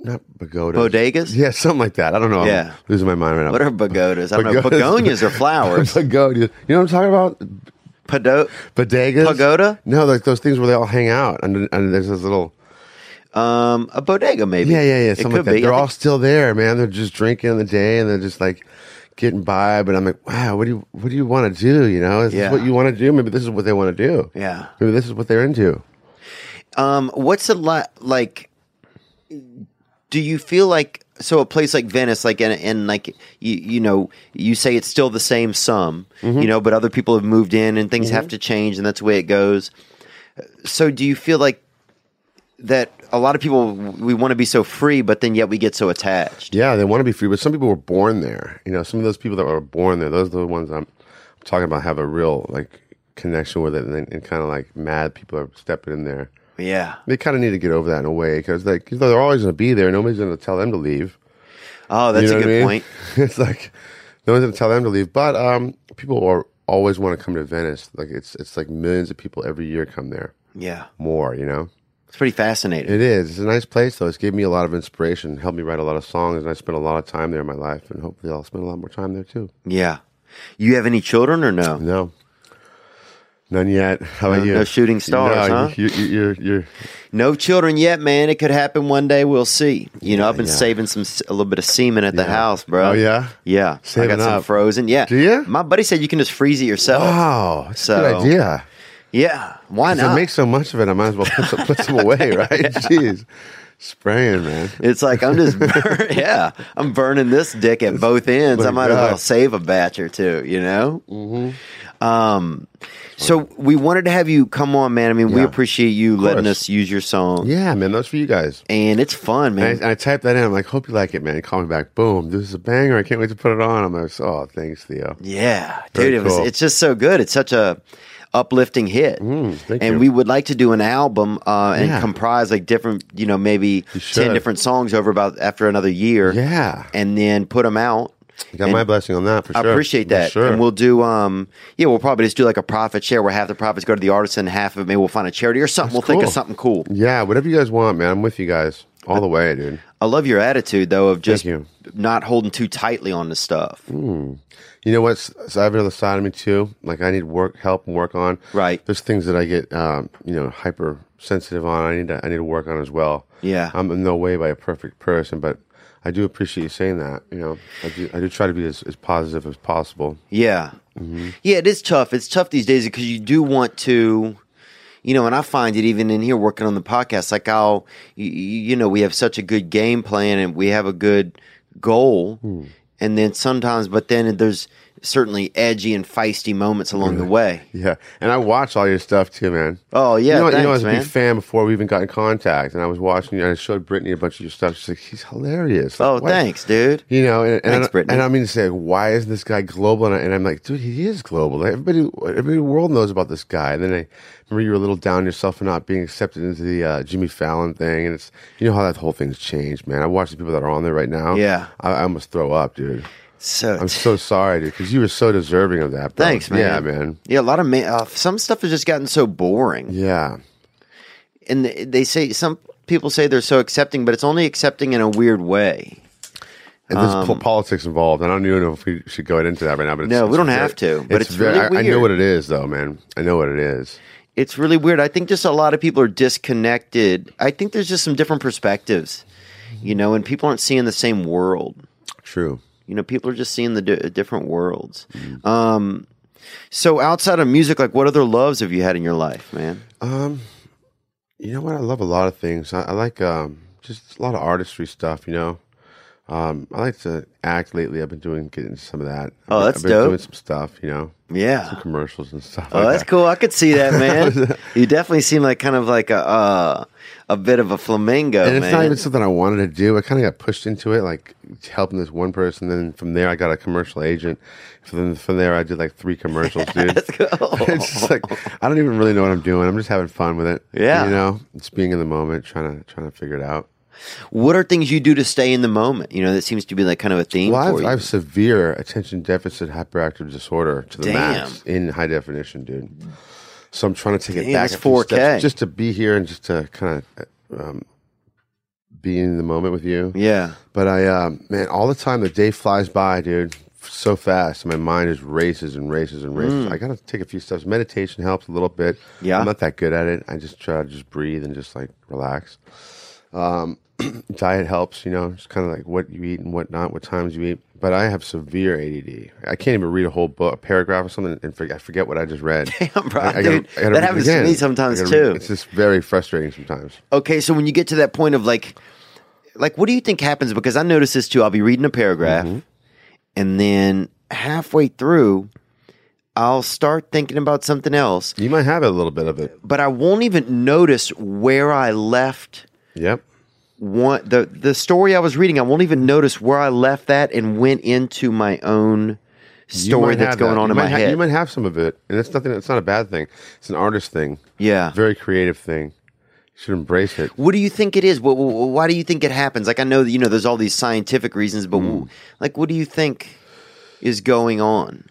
S4: not pagodas.
S2: Bodegas?
S4: Yeah, something like that. I don't know.
S2: Yeah.
S4: I'm losing my mind right now.
S2: what
S4: (laughs)
S2: are pagodas i don't know
S4: Pagodas.
S2: begonias are
S4: (laughs)
S2: flowers
S4: Pagodas. You know what I'm talking about?
S2: Pado-
S4: Bodegas?
S2: Pagoda?
S4: No, like those things where they all hang out. And, and there's this little.
S2: um a bodega maybe
S4: Yeah, yeah, yeah.
S2: it
S4: Something
S2: could
S4: like that.
S2: be
S4: They're
S2: I
S4: all
S2: think-
S4: still there, man. They're just drinking in the day and they're just like getting by. But I'm like, wow, what do you what do you want to do? You know, is
S2: Yeah.
S4: this what you want to do? Maybe this is what they want to do.
S2: yeah
S4: Maybe this is what they're into.
S2: um what's a lot like do you feel like so a place like Venice, like and, and like you, you know, you say it's still the same sum,
S4: Mm-hmm.
S2: you know, but other people have moved in and things have to change, and that's the way it goes. So, do you feel like that a lot of people we want to be so free, but then yet we get so attached?
S4: Yeah, they want to be free, but some people were born there. You know, some of those people that were born there, those are the ones I'm talking about have a real like connection with it, and, and kind of like mad people are stepping in there.
S2: Yeah.
S4: They kind of need to get over that in a way because like they're always going to be there. Nobody's going to tell them to leave.
S2: Oh, that's
S4: You know
S2: a
S4: what
S2: good
S4: I mean?
S2: point.
S4: (laughs) it's like no one's gonna tell them to leave, but um, people are always want to come to Venice. Like it's it's like millions of people every year come there.
S2: Yeah,
S4: More, you know.
S2: it's pretty fascinating.
S4: It is. It's a nice place, though. It's given me a lot of inspiration, helped me write a lot of songs, and I spent a lot of time there in my life, and hopefully I'll spend a lot more time there too.
S2: yeah. You have any children or no?
S4: No, none yet. How about
S2: No-
S4: you?
S2: no shooting stars,
S4: no,
S2: huh?
S4: You, you, you're, you're,
S2: No children yet, man. It could happen one day. We'll see. You know, I've been saving some s- a little bit of semen at the house, bro.
S4: Oh, yeah?
S2: yeah. I
S4: Saving
S2: got some
S4: up.
S2: frozen. Yeah.
S4: Do ya?
S2: My buddy said you can just freeze it yourself.
S4: wow, that's a
S2: Oh, So-
S4: good idea.
S2: Yeah. Why
S4: If I
S2: not?
S4: make so much of it, I might as well put some, put
S2: (laughs)
S4: some away, right? Jeez, spraying, man.
S2: it's like I'm
S4: (laughs)
S2: just, burn- (laughs) yeah, I'm burning this dick at both ends.
S4: my
S2: I might as
S4: God.
S2: well save a batch or two, you know. Mm-hmm. Um, so we wanted to have you come on, man. I mean, we
S4: Yeah.
S2: appreciate you letting
S4: course.
S2: us use your song,
S4: Yeah, man, that's for you guys.
S2: and it's fun, man.
S4: And I, I typed that in. I'm like, hope you like it, man. Call me back. Boom. This is a banger. I can't wait to put it on. I'm like, oh, thanks, Theo.
S2: Yeah,
S4: Very
S2: dude, it was,
S4: cool.
S2: it's just so good. It's such a uplifting hit,
S4: Mm, thank
S2: and
S4: you.
S2: we would like to do an album uh, and
S4: Yeah.
S2: comprise like different, you know, maybe ten
S4: should.
S2: different songs over about after another year,
S4: Yeah.
S2: and then put them out.
S4: You got
S2: And
S4: my blessing on that for
S2: I
S4: sure.
S2: appreciate
S4: For
S2: that,
S4: Sure.
S2: and we'll do. um Yeah, we'll probably just do like a profit share where half the profits go to the artist and half of it maybe we'll find a charity or something. we'll think of
S4: cool.
S2: something cool.
S4: yeah, whatever you guys want, man. I'm with you guys all the way, dude.
S2: I love your attitude though of just
S4: you.
S2: not holding too tightly on the stuff.
S4: You know what? S- So I have another side of me too. Like I need work, help, and work on.
S2: Right.
S4: There's things that I get, um, you know, hypersensitive on. I need to, I need to work on as well.
S2: Yeah.
S4: I'm in no way by a perfect person, but I do appreciate you saying that. You know, I do, I do try to be as, as positive as possible.
S2: Yeah.
S4: Mm-hmm.
S2: Yeah, it is tough. It's tough these days because you do want to, you know, and I find it even in here working on the podcast, like I'll, you, you know, we have such a good game plan and we have a good goal.
S4: Hmm.
S2: And then sometimes, but then there's certainly edgy and feisty moments along the way.
S4: Yeah, and I watch all your stuff too, man.
S2: Oh, yeah,
S4: you know, you know, I
S2: thanks,
S4: was a
S2: man.
S4: big fan before we even got in contact, and I was watching you. And I showed Brittany a bunch of your stuff. She's like, "He's hilarious." Like,
S2: Oh,
S4: why-
S2: thanks, dude.
S4: You know, and, and,
S2: Thanks,
S4: I,
S2: Brittany.
S4: and I mean to say, why isn't this guy global? And, I, and I'm like, dude, he is global. Like, everybody, everybody in the world knows about this guy. And then I remember you were a little down yourself for not being accepted into the uh, Jimmy Fallon thing. And it's, you know, how that whole thing's changed, man. I watch the people that are on there right now.
S2: Yeah.
S4: I, I almost throw up, dude.
S2: So
S4: I'm so sorry, dude, because you were so deserving of that.
S2: (laughs)
S4: Bro.
S2: thanks, man.
S4: Yeah, man.
S2: Yeah, a lot of ma- uh, some stuff has just gotten so boring.
S4: Yeah.
S2: And they- they say some people say they're so accepting, but it's only accepting in a weird way.
S4: And there's po- politics involved. and I don't even know if we should go into that right now. But it's,
S2: Um, No, we
S4: it's
S2: don't
S4: very-
S2: have to, but it's
S4: very,
S2: really
S4: I, I know
S2: weird.
S4: what it is, though, man. I know what it is.
S2: it's really weird. I think just a lot of people are disconnected. I think there's just some different perspectives, you know, and people aren't seeing the same world.
S4: True.
S2: You know, people are just seeing the di- uh, different worlds.
S4: Mm-hmm.
S2: Um, so outside of music, like what other loves have you had in your life, man?
S4: Um, you know what? I love a lot of things. I, I like um, just a lot of artistry stuff. You know, um, I like to act lately. I've been doing getting into some of that.
S2: Oh,
S4: I've been-
S2: that's
S4: I've been
S2: dope.
S4: Doing some stuff. You know,
S2: Yeah.
S4: commercials and stuff.
S2: Oh,
S4: like
S2: that's
S4: that.
S2: cool. I could see that,
S4: (laughs)
S2: man. you definitely seem like kind of like a uh, a bit of a flamingo,
S4: And it's
S2: man.
S4: not even something I wanted to do. I kind of got pushed into it, like helping this one person. Then from there, I got a commercial agent. From from there, I did like three commercials,
S2: (laughs)
S4: dude.
S2: (laughs) That's cool.
S4: (laughs) it's just like I don't even really know what I'm doing. I'm just having fun with it.
S2: Yeah.
S4: you know, it's being in the moment, trying to trying to figure it out.
S2: what are things you do to stay in the moment? You know, that seems to be like kind of a theme
S4: Well, I
S2: for
S4: have,
S2: you.
S4: I have severe attention deficit hyperactive disorder to the max in high definition, dude. So I'm trying to take
S2: Damn,
S4: it back
S2: that's
S4: a few
S2: 4K.
S4: steps just to be here and just to kind of um, be in the moment with you.
S2: yeah.
S4: But I, um, man, all the time the day flies by, dude, so fast. My mind is races and races and races. I gotta take a few steps. Meditation helps a little bit.
S2: Hmm. Yeah.
S4: I'm not that good at it. I just try to just breathe and just like relax. Um, (clears throat) diet helps, you know, just kind of like what you eat and what not, what times you eat. But I have severe ADD. I can't even read a whole book, a paragraph or something, and forget, I forget what I
S2: (laughs)
S4: just read.
S2: Damn, bro,
S4: I- I
S2: dude, that
S4: read it
S2: happens to
S4: again.
S2: me sometimes,
S4: I gotta read-
S2: too.
S4: It's just very frustrating sometimes.
S2: Okay, so when you get to that point of like, like, what do you think happens? Because I notice this too. I'll be reading a paragraph,
S4: Mm-hmm.
S2: and then halfway through, I'll start thinking about something else,
S4: You might have a little bit of it.
S2: but I won't even notice where I left
S4: Yep.
S2: one the the story I was reading. I won't even notice where I left that and went into my own
S4: You
S2: story
S4: might
S2: that's
S4: have
S2: going
S4: that.
S2: on
S4: You
S2: in
S4: might
S2: my
S4: ha-
S2: head.
S4: You might have some of it, and it's nothing. It's not a bad thing. It's an artist thing,
S2: yeah.
S4: very creative thing. You should embrace it.
S2: What do you think it is? What, what, why do you think it happens? Like I know that you know there's all these scientific reasons, but
S4: Mm.
S2: w like what do you think is going on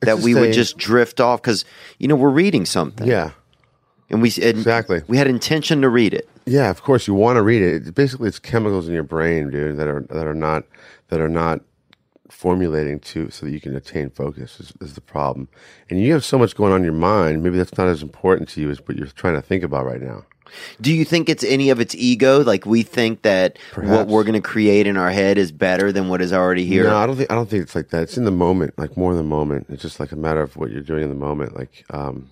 S2: that
S4: just
S2: we would
S4: a-
S2: just drift off because you know we're reading something,
S4: Yeah,
S2: and we and
S4: Exactly.
S2: we had intention to read it.
S4: yeah. Of course, you want to read it. It's- Basically, it's chemicals in your brain, dude, that are that are not that are not formulating to so that you can attain focus is, is the problem. And you have so much going on in your mind. Maybe that's not as important to you as what you're trying to think about right now.
S2: Do you think it's any of its ego? Like we think that what
S4: Perhaps.
S2: we're going to create in our head is better than what is already here.
S4: No, I don't think I don't think it's like that. It's in the moment, like more in the moment. It's just like a matter of what you're doing in the moment. Like um,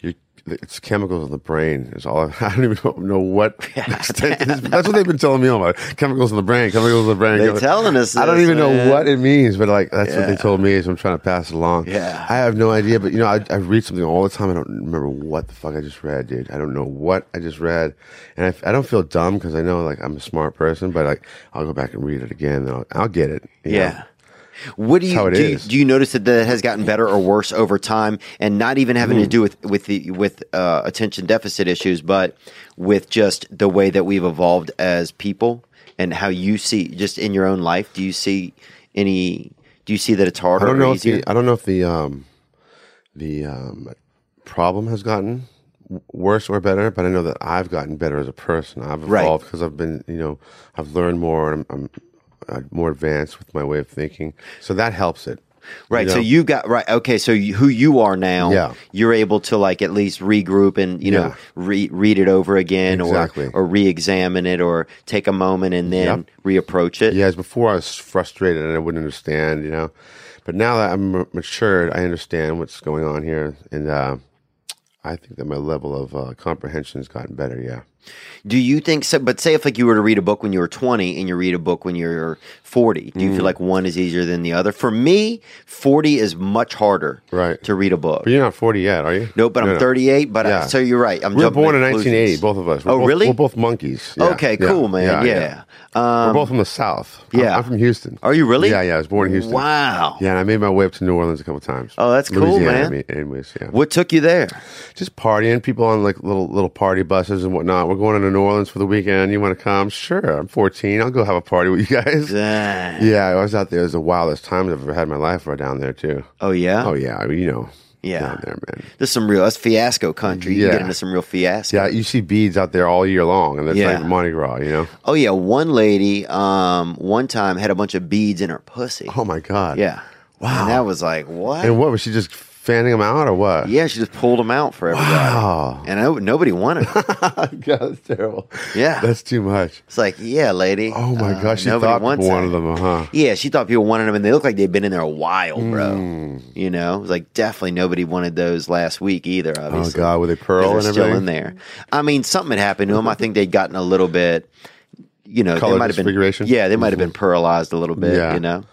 S4: you, it's chemicals in the brain. Is all (laughs) I don't even
S2: (laughs)
S4: know what. extent- that's what they've been telling me all about chemicals in the brain. Chemicals in the brain.
S2: They're
S4: chemicals-
S2: telling us
S4: I don't
S2: this,
S4: even
S2: man.
S4: know what it means, but like that's what
S2: Yeah.
S4: they told me. So I'm trying to pass it along.
S2: Yeah.
S4: I have no idea, but you know, I, I read something all the time. I don't remember what the fuck I just read, dude. I don't know what I just read, and I, I don't feel dumb because I know like I'm a smart person, but like I'll go back and read it again, and I'll, I'll get it. you know?
S2: Yeah. What do you
S4: how it
S2: do? You,
S4: is.
S2: do you notice that that has gotten better or worse over time, and not even having
S4: Hmm.
S2: to do with with the with uh, attention deficit issues, but with just the way that we've evolved as people and how you see just in your own life? Do you see any? Do you see that it's harder
S4: I don't
S2: or
S4: know if
S2: easier?
S4: the I don't know if the um the um problem has gotten w- worse or better, but I know that I've gotten better as a person. I've
S2: Right.
S4: evolved because I've been you know I've learned more and I'm, I'm uh, more advanced with my way of thinking, so that helps it.
S2: right.
S4: know?
S2: So you got right. Okay. So you, who you are now?
S4: Yeah.
S2: You're able to like at least regroup and you know
S4: Yeah.
S2: re- read it over again
S4: Exactly.
S2: or or re-examine it or take a moment and then reapproach it.
S4: Yeah, as before I was frustrated and I wouldn't understand, you know. But now that I'm ma- matured, I understand what's going on here, and uh, I think that my level of uh, comprehension has gotten better. Yeah.
S2: Do you think so? But say if like you were to read a book when you were 20 and you read a book when you're 40, do you
S4: Mm.
S2: feel like one is easier than the other? For me, 40 is much harder
S4: Right.
S2: to read a book.
S4: But you're not 40 yet, are you?
S2: No, but I'm 38, but I-
S4: Yeah.
S2: so you're right. I'm
S4: We were
S2: jumping
S4: born in
S2: conclusions.
S4: 1980, both of us. We're
S2: Oh,
S4: both-
S2: really?
S4: We're both monkeys. Yeah,
S2: okay,
S4: yeah,
S2: cool, man. Yeah.
S4: we're
S2: Um,
S4: both from the South. I'm-
S2: yeah.
S4: I'm, from Houston.
S2: Are you really?
S4: Yeah, yeah. I was born in Houston.
S2: Wow.
S4: Yeah, and I made my way up to New Orleans a couple times.
S2: Oh, that's cool,
S4: Louisiana,
S2: man.
S4: I mean, anyways, yeah.
S2: What took you there?
S4: Just partying, people on like little little party buses and whatnot. We're going to New Orleans for the weekend. You want to come? Sure. I'm 14. I'll go have a party with you guys.
S2: Ah.
S4: Yeah, I was out there. It was the wildest times I've ever had in my life. Right down there too.
S2: Oh, yeah?
S4: Oh yeah, I mean, you know,
S2: Yeah.
S4: down there, man.
S2: There's some real, that's fiasco country. You
S4: Yeah.
S2: get into some real fiasco.
S4: Yeah, you see beads out there all year long, and it's
S2: Yeah.
S4: like Mardi Gras, you know?
S2: Oh, yeah. One lady, um, one time had a bunch of beads in her pussy.
S4: Oh my God.
S2: Yeah. Wow. And that was like, what?
S4: And what was she just fanning them out or what?
S2: yeah, she just pulled them out for everybody.
S4: Wow.
S2: (laughs)
S4: (laughs)
S2: And I, nobody wanted 'em.
S4: God, that's terrible.
S2: Yeah.
S4: That's too much.
S2: it's like, yeah, lady.
S4: Oh my
S2: uh,
S4: gosh, she
S2: nobody
S4: thought
S2: wants
S4: one
S2: that.
S4: of them, huh?
S2: Yeah, she thought people wanted them, and they look like they've been in there a while, bro.
S4: Hmm.
S2: You know, it was like definitely nobody wanted those last week either.
S4: Oh
S2: Obviously,
S4: God, with a
S2: 'cause
S4: pearl
S2: they're
S4: and everything.
S2: still in there. I mean, something had happened to them. I think they'd gotten a little bit, you know,
S4: Color
S2: they might have
S4: disfiguration? Mm-hmm.
S2: been, yeah, they might have been paralyzed a little bit,
S4: Yeah.
S2: you know.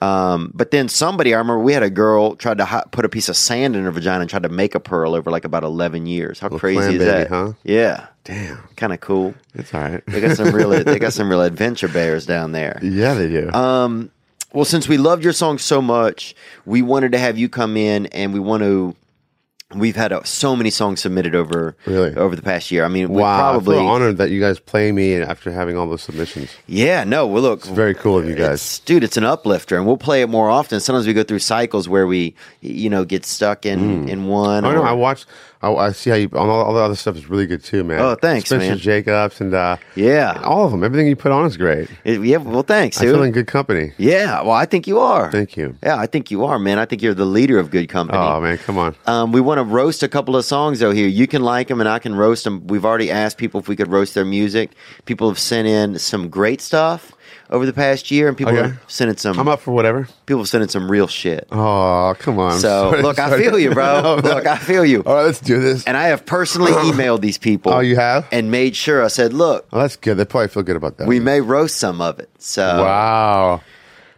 S2: Um, but then somebody, I remember we had a girl tried to hi- put a piece of sand in her vagina and tried to make a pearl over like about eleven years. How crazy is
S4: clam
S2: that?
S4: baby, huh?
S2: Yeah,
S4: Damn,
S2: kind of cool.
S4: it's all right.
S2: They got some real, they got some real adventure bears down
S4: (laughs)
S2: there.
S4: yeah, they do.
S2: Um, well, since we loved your song so much, we wanted to have you come in, and we want to. We've had uh, so many songs submitted over
S4: Really?
S2: over the past year. I mean, we
S4: wow,
S2: probably
S4: I feel honored that you guys play me after having all those submissions.
S2: yeah. No, well, look,
S4: It's very cool of you guys.
S2: it's- dude, it's an uplifter, and we'll play it more often. Sometimes we go through cycles where we, you know, get stuck in in one.
S4: Oh no,
S2: or-
S4: I watched. I, I see how you. All, all the other stuff is really good too, man.
S2: Oh, thanks,
S4: Spencer
S2: man.
S4: Jacobs and uh,
S2: yeah,
S4: all of them. Everything you put on is great.
S2: It- yeah. Well, thanks,
S4: I feel in
S2: dude.
S4: good company.
S2: Yeah, well, I think you are.
S4: Thank you.
S2: Yeah, I think you are, man. I think you're the leader of good company.
S4: Oh man, come on.
S2: Um, we want to roast a couple of songs though here. You can like them and I can roast them. We've already asked people if we could roast their music. People have sent in some great stuff over the past year, and people
S4: Okay.
S2: have sent in some.
S4: I'm up for whatever.
S2: People have sent in some real shit.
S4: Oh, come on. I'm
S2: so
S4: sorry,
S2: look, I
S4: sorry.
S2: feel you, bro.
S4: (laughs) No, I'm
S2: look, I
S4: not.
S2: feel you.
S4: All right, let's do this.
S2: And I have
S4: (clears throat)
S2: personally emailed these people.
S4: Oh, you have?
S2: And made sure I said, look,
S4: Oh, that's good. They probably feel good about that.
S2: we uh, may roast some of it. So
S4: wow.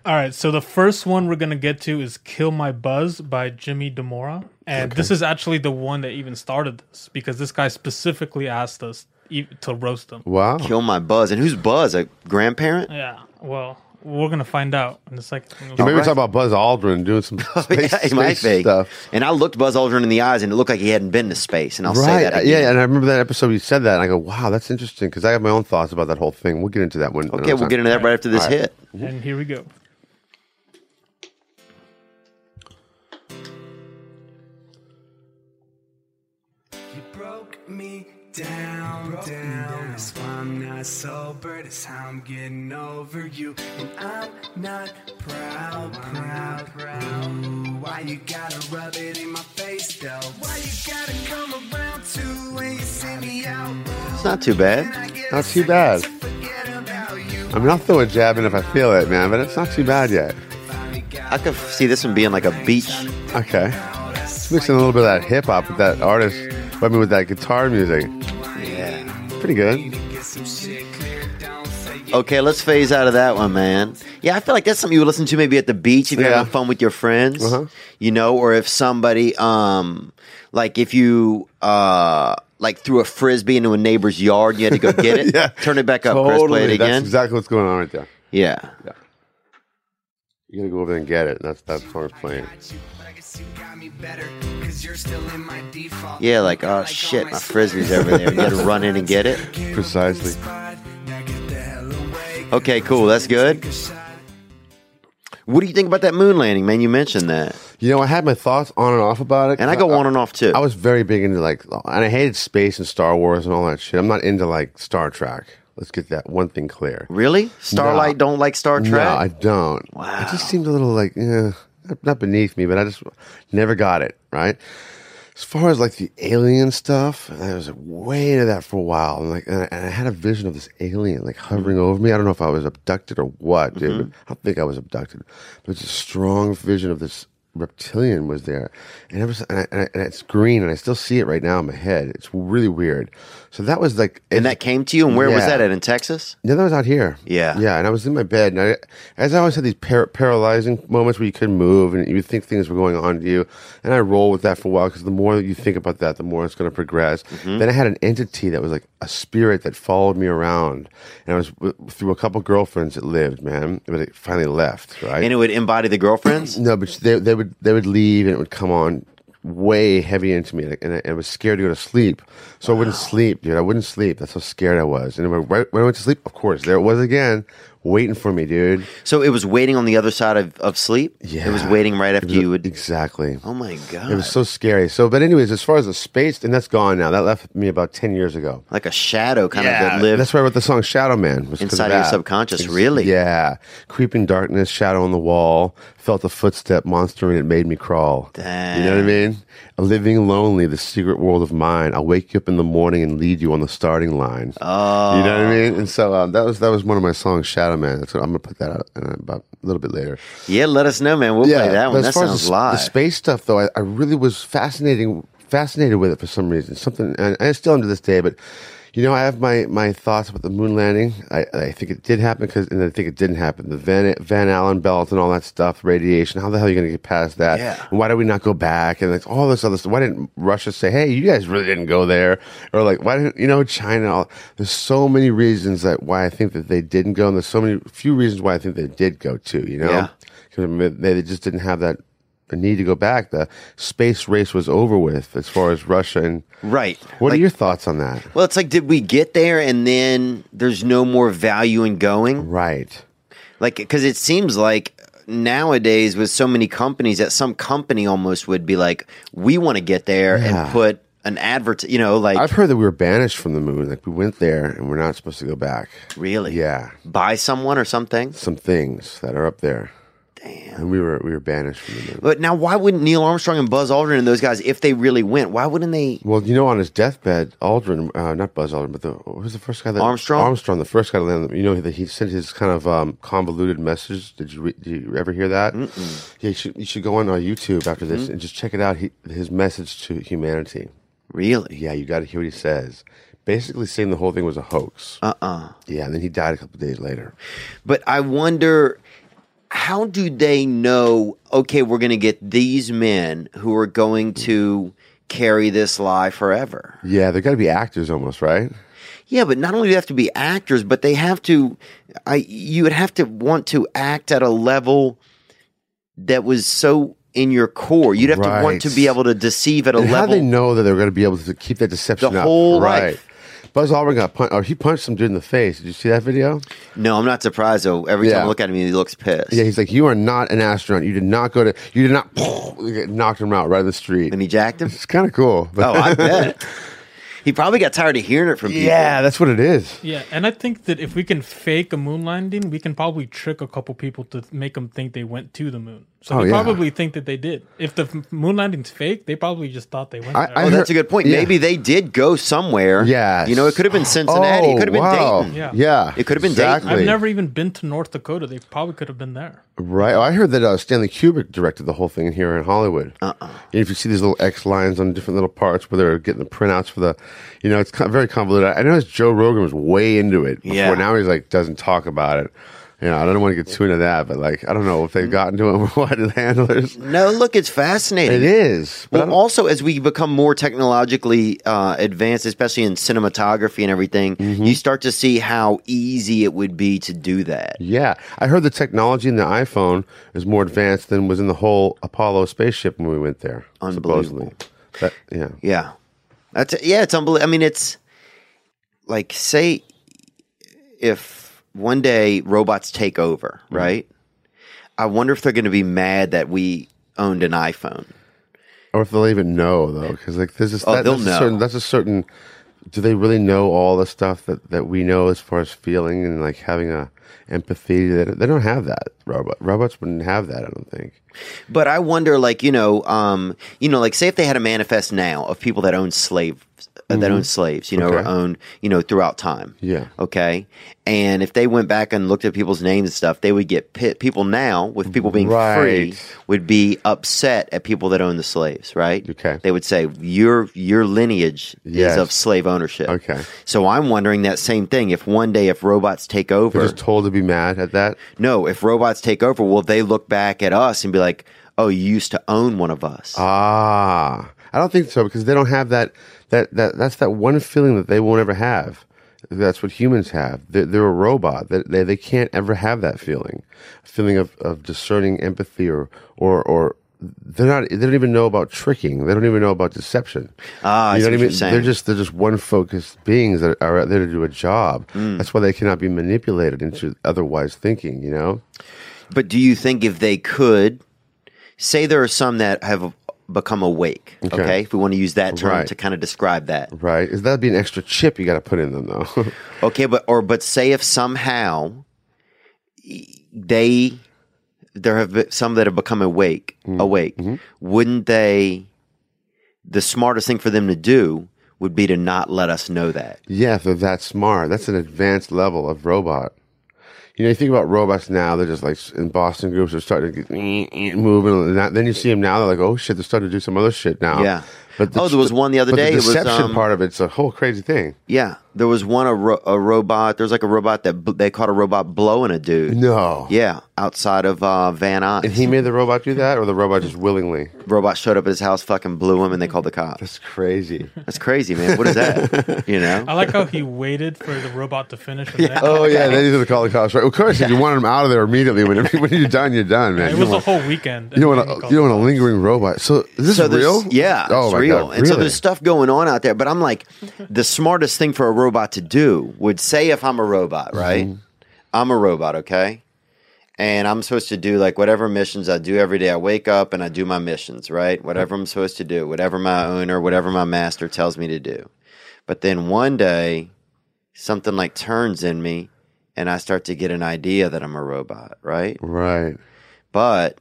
S5: All right, so the first one we're gonna get to is "Kill My Buzz" by Jimmy Demora, and this is actually the one that even started this because this guy specifically asked us e- to roast him.
S4: Wow.
S2: kill my buzz. And who's buzz? A grandparent?
S5: Yeah, well, we're gonna find out in a second.
S4: Maybe
S2: All right.
S4: talk about Buzz Aldrin
S2: (laughs)
S4: doing some space,
S2: Oh, yeah,
S4: space
S2: he might be.
S4: stuff.
S2: And I looked Buzz Aldrin in the eyes, and it looked like he hadn't been to space. And I'll say that again.
S4: Uh, Yeah, and I remember that episode you said that, and I go, wow, that's interesting, because I have my own thoughts about that whole thing. We'll get into that one.
S2: Okay, we'll get into that right after this
S4: All right.
S2: hit.
S5: And here we go.
S6: You broke me down, down. That's why I'm not sober. That's how I'm getting over you. And I'm not proud, proud, proud. Why you gotta rub it in my face, though? Why you gotta come around too when you see me out?
S2: It's not too bad.
S6: I get
S4: Not
S6: a
S4: too
S6: second
S4: bad.
S6: to Forget about you.
S4: I mean, I'll throw a jab in if I feel it, man, but it's not too bad yet.
S2: I could see this one being like a beach.
S4: Okay. It's mixing a little bit of that hip hop with that artist, I mean, with that guitar music.
S2: Yeah.
S4: Pretty good. (laughs)
S6: Get some shit clear. Don't say you
S2: Okay, let's phase out of that one, man. Yeah, I feel like that's something you would listen to maybe at the beach if you're
S4: Yeah.
S2: having fun with your friends,
S4: Uh-huh.
S2: you know, or if somebody, um, like if you, uh, like threw a frisbee into a neighbor's yard, and you had to go get it.
S4: (laughs) Yeah.
S2: Turn it back up, Chris. Play it
S4: That's
S2: again.
S4: exactly what's going on right there.
S2: yeah.
S4: You gotta go over there and get it. and That's that song's playing.
S6: got you, but I guess you got me better. Cause you're still in my default.
S2: Yeah, like, oh
S6: all
S2: shit, my
S6: sweaters.
S2: frisbee's over there. You gotta run in and get it.
S4: Precisely.
S2: Okay, cool. That's good. What do you think about that moon landing, man? You mentioned that.
S4: You know, I had my thoughts on and off about it.
S2: And I go on and off too.
S4: Uh, I was very big into like, and I hated space and Star Wars and all that shit. I'm not into like Star Trek. Let's get that one thing clear.
S2: Really? Starlight don't like Star Trek?
S4: No, I don't. Wow. It just seemed a little like, eh, not beneath me, but I just never got it, right? As far as like the alien stuff, I was way into that for a while, and like, and I, and I had a vision of this alien like hovering over me. I don't know if I was abducted or what, dude.
S2: Mm-hmm.
S4: but I don't think I was abducted, but it's a strong vision of this reptilian was there, and it was, and, I, and, I, and it's green, and I still see it right now in my head. It's really weird. So that was like,
S2: and that came to you, and where was
S4: Yeah.
S2: that at? In Texas?
S4: no, that was out here.
S2: Yeah.
S4: Yeah. And I was in my bed. And I, as I always had these par- paralyzing moments where you couldn't move and you think things were going on to you. And I roll with that for a while because the more that you think about that, the more it's going to progress.
S2: Mm-hmm.
S4: Then I had an entity that was like a spirit that followed me around. And I was w- through a couple girlfriends that lived, man, but it finally left, right?
S2: And it would embody the
S4: (clears throat)
S2: girlfriends?
S4: No, but they they would they would leave and it would come on way heavy into me, like, and I, I was scared to go to sleep, so I wouldn't sleep, dude. I wouldn't sleep. That's how scared I was. And when I, when I went to sleep, of course, there it was again, waiting for me, dude.
S2: So it was waiting on the other side of, of sleep. It was waiting right after
S4: It was-
S2: you would.
S4: Exactly.
S2: Oh my god!
S4: It was so scary. So, but anyways, as far as the space, and that's gone now. That left me about ten years ago.
S2: like a shadow kind of that lived.
S4: that's why I wrote the song Shadow Man. was 'cause
S2: Inside of your
S4: that.
S2: subconscious, really?
S4: Yeah. Creeping darkness, shadow on the wall, felt a footstep monster and it made me crawl. You know what I mean? Living lonely, the secret world of mine. I'll wake you up in the morning and lead you on the starting line. Oh. You know what I mean? And so um, that was that was one of my songs, Shadow Man. That's what I'm gonna put that out in about a little bit later.
S2: Yeah, let us know, man. We'll play that
S4: but
S2: one. That
S4: as far as
S2: sounds
S4: the, s-
S2: live.
S4: The space stuff, though, I, I really was fascinating, fascinated with it for some reason. Something, and I still am to this day. But you know, I have my my thoughts about the moon landing. I, I think it did happen because, and I think it didn't happen. The Van Van Allen belt and all that stuff, radiation. How the hell are you going to get past that?
S2: Yeah.
S4: And why did we not go back? And like all this other stuff. Why didn't Russia say, "Hey, you guys really didn't go there"? Or like, why didn't you know China? All, there's so many reasons that why I think that they didn't go, and there's so many few reasons why I think they did go too. You know.
S2: Yeah.
S4: 'Cause, I mean, they they just didn't have that need to go back. The space race was over with as far as Russia and.
S2: right.
S4: What
S2: Like-
S4: are your thoughts on that?
S2: Well, it's like, did we get there and then there's no more value in going?
S4: Right.
S2: Like, because it seems like nowadays with so many companies that some company almost would be like, we want to get there and
S4: Yeah.
S2: put an advert, you know, like,
S4: I've heard that we were banished from the moon. Like we went there and we're not supposed to go back.
S2: really?
S4: Yeah.
S2: Buy someone or something?
S4: Some things that are up there. Damn. And we were we were banished from the moon.
S2: But now, why wouldn't Neil Armstrong and Buzz Aldrin and those guys, if they really went, why wouldn't they?
S4: Well, you know, on his deathbed, Aldrin, uh, not Buzz Aldrin, but the, what was the first guy that
S2: Armstrong?
S4: Armstrong, the first guy to land. You know, that he sent his kind of um, convoluted message. Did you re- did you ever hear that? Yeah, you should, you should go on uh, YouTube after
S2: Mm-hmm.
S4: this and just check it out. He, his message to humanity.
S2: Really?
S4: Yeah, you got to hear what he says. Basically, saying the whole thing was a hoax.
S2: Uh uh
S4: yeah, and then he died a couple days later.
S2: But I wonder how do they know, okay, we're going to get these men who are going to carry this lie forever?
S4: Yeah, they got to be actors almost, right?
S2: Yeah, but not only do they have to be actors, but they have to, I, you would have to want to act at a level that was so in your core. You'd have to want
S4: Right.
S2: to be able to deceive at a
S4: And how
S2: level.
S4: do they know that they're going to be able to keep that deception
S2: The
S4: up?
S2: whole
S4: right.
S2: life.
S4: Buzz Aldrin got punched, or he punched some dude in the face. Did you see that video?
S2: No, I'm not surprised though. Every time
S4: Yeah.
S2: I look at him, he looks pissed.
S4: Yeah, he's like, you are not an astronaut. You did not go to. You did not (laughs) knocked him out right in the street.
S2: and he jacked him.
S4: It's kind of cool. (laughs)
S2: Oh, I bet. he probably got tired of hearing it from people.
S4: yeah, that's what it is.
S5: Yeah, and I think that if we can fake a moon landing, we can probably trick a couple people to th- make them think they went to the moon. So
S4: Oh,
S5: they
S4: yeah.
S5: probably think that they did. If the f- moon landing's fake, they probably just thought they went
S4: I-
S5: there.
S2: Oh, that's a good point.
S4: Yeah.
S2: Maybe they did go somewhere.
S4: Yeah,
S2: You know, it could have been Cincinnati. it could have been Dayton.
S5: Yeah.
S4: Oh, Yeah, yeah.
S2: It could have been Dayton.
S4: exactly.
S5: I've never even been to North Dakota. They probably could have been there.
S4: Right. Oh, I heard that uh, Stanley Kubrick directed the whole thing here in Hollywood. Uh-uh. And if you see these little X lines on different little parts where they're getting the printouts for the, you know, it's kind of very convoluted. I I noticed Joe Rogan was way into it before.
S2: Yeah.
S4: Now he's like doesn't talk about it. You know, I don't want to get too into that, but like I don't know if they've gotten to it or (laughs) what the handlers.
S2: No, look, it's
S4: It
S2: fascinating.
S4: is. But I
S2: Well,
S4: don't-
S2: also as we become more technologically uh, advanced, especially in cinematography and everything,
S4: Mm-hmm.
S2: you start to see how easy it would be to do that.
S4: yeah, I heard the technology in the iPhone is more advanced than was in the whole Apollo spaceship when we went there.
S2: Unbelievable.
S4: Supposedly. But, yeah.
S2: Yeah, that's yeah. It's unbelievable. I mean, it's like say if one day robots take over, right? I wonder if they're going to be mad that we owned an iPhone.
S4: or if they'll even know though, because like there's this,
S2: Oh,
S4: that,
S2: they'll
S4: that's
S2: know.
S4: a certain that's a certain. Do they really know all the stuff that, that we know as far as feeling and like having a empathy? That they don't have that. Robot robots wouldn't have that. I don't think.
S2: But I wonder, like you know, um, you know, like say if they had a manifest now of people that own slaves, uh, that own slaves, you know, or
S4: Mm-hmm. Okay.
S2: owned, you know, throughout time.
S4: Yeah.
S2: Okay. And if they went back and looked at people's names and stuff, they would get pit- people now with people being free
S4: Right.
S2: would be upset at people that own the slaves, right?
S4: Okay.
S2: They would say your your lineage is
S4: Yes.
S2: of slave ownership.
S4: Okay.
S2: So I'm wondering that same thing. If one day, if robots take over,
S4: They're just told to be mad at that.
S2: no, if robots take over, will they look back at us and be like, "Oh, you used to own one of us"?
S4: Uh, Ah, I don't think so because they don't have that that that that's that one feeling that they won't ever have. That's what humans have. They're, they're a robot. They, they they can't ever have that feeling, feeling of, of discerning empathy or or or they're not they don't even know about tricking. They don't even know about deception.
S2: Ah, I see what you're saying.
S4: They're just they're just one focused beings that are out there to do a job.
S2: Mm.
S4: That's why they cannot be manipulated into otherwise thinking, you know?
S2: But do you think if they could, say there are some that have become awake, okay? If we want to use that term
S4: Right.
S2: to kind of describe that.
S4: Right? Is that'd be an extra chip you gotta put in them though. (laughs)
S2: Okay, but or but say if somehow they there have been some that have become awake, awake. Wouldn't they the smartest thing for them to do would be to not let us know that.
S4: yeah, if they're that smart. That's an advanced level of robot. You know, you think about robots now, they're just like in Boston groups are starting to get eh, moving and that. then you see them now, they're like, Oh shit, they're starting to do some other shit now.
S2: Yeah.
S4: But
S2: Oh, there was one the other
S4: but
S2: day, it
S4: The
S2: was,
S4: deception
S2: um,
S4: part of it's a whole crazy thing.
S2: Yeah, there was one a, ro- a robot. There was like a robot that bl- they caught a robot blowing a dude.
S4: No.
S2: Yeah, outside of uh, Van Nuys.
S4: And he made the robot do that, or the robot just willingly?
S2: robot showed up at his house, fucking blew him, and they called the cops.
S4: That's crazy.
S2: That's crazy, man. What is
S4: (laughs)
S2: that? You know?
S5: I like how he waited for the robot to finish. (laughs) And then,
S2: (laughs)
S4: Oh yeah, they needed to call the cops, right? Of course, if you wanted him out of there immediately, when, when you're done, you're done, man.
S5: it
S4: you
S5: was
S4: don't
S5: the
S4: want,
S5: whole weekend.
S4: you don't want a, you don't want a lingering robot. So is this
S2: So there's-
S4: real?
S2: Yeah,
S4: oh
S2: it's
S4: my
S2: real.
S4: God,
S2: And so
S4: really?
S2: there's stuff going on out there. But I'm like, the smartest thing for a robot to do would say if I'm a robot,
S4: Mm-hmm.
S2: right? I'm a robot, okay? And I'm supposed to do like whatever missions I do every day. I wake up and I do my missions, right? Whatever I'm supposed to do, whatever my owner, whatever my master tells me to do. But then one day, something like turns in me and I start to get an idea that I'm a robot, right?
S4: right.
S2: but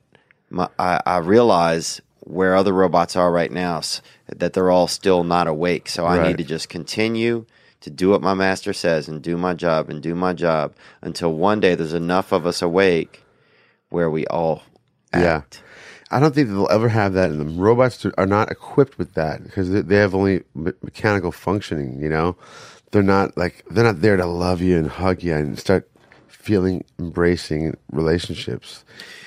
S2: my, I, I realize where other robots are right now s- that they're all still not awake. So I
S4: Right.
S2: need to just continue to do what my master says and do my job and do my job until one day there's enough of us awake where we all
S4: Yeah.
S2: act.
S4: I don't think they'll ever have that in them. Robots do- are not equipped with that because they- they have only me- mechanical functioning. You know, they're not like they're not there to love you and hug you and start feeling embracing relationships.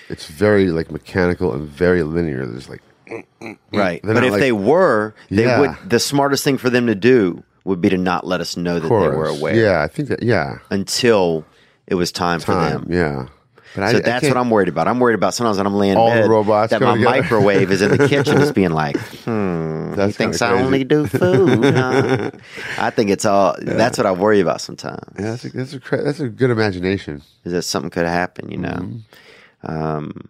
S4: It's very like mechanical and very linear. There's like
S2: Right.
S4: Mm, They're
S2: But
S4: not
S2: if
S4: like-
S2: they were, they
S4: Yeah.
S2: would the smartest thing for them to do would be to not let us know that they were
S4: course.
S2: aware
S4: Yeah, I think that. Yeah,
S2: until it was time, for
S4: time.
S2: them.
S4: Yeah, but
S2: So
S4: I,
S2: that's what I'm worried about. I'm worried about sometimes when I'm laying in
S4: All the
S2: bed
S4: robots
S2: that my
S4: go (laughs) together.
S2: microwave is in the kitchen, just being like, "Hmm,
S4: That's
S2: he thinks
S4: kinda
S2: I only do
S4: (laughs)
S2: food." huh?" I think it's all. That's what I worry about sometimes.
S4: Yeah, that's a, that's a cra- that's a good imagination.
S2: Is that something could happen? You know.
S4: Mm-hmm.
S2: Um,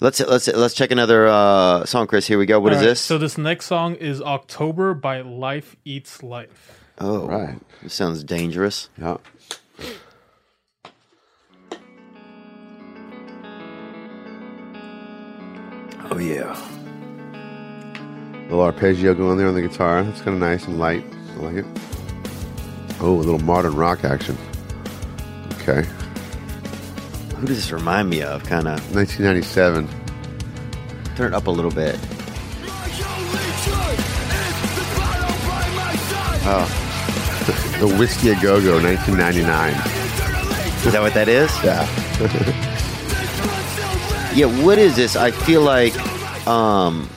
S2: let's let's let's check another uh, song, Chris. Here we go. What is
S5: All right,
S2: this?
S5: So this next song is October by Life Eats Life.
S2: oh,
S4: Right.
S2: This sounds dangerous.
S4: Yeah.
S2: Oh yeah.
S4: Little arpeggio going there on the guitar. That's kind of nice and light. I like it. Oh, a little modern rock action. Okay.
S2: Who does this remind me of? Kind of
S4: 1997.
S2: turn it up a little bit.
S4: The Whiskey a Go Go,
S2: (laughs)
S4: 1999.
S2: Is that what
S4: (laughs)
S2: that is?
S4: Yeah.
S2: (laughs) Yeah, what is this? I feel like um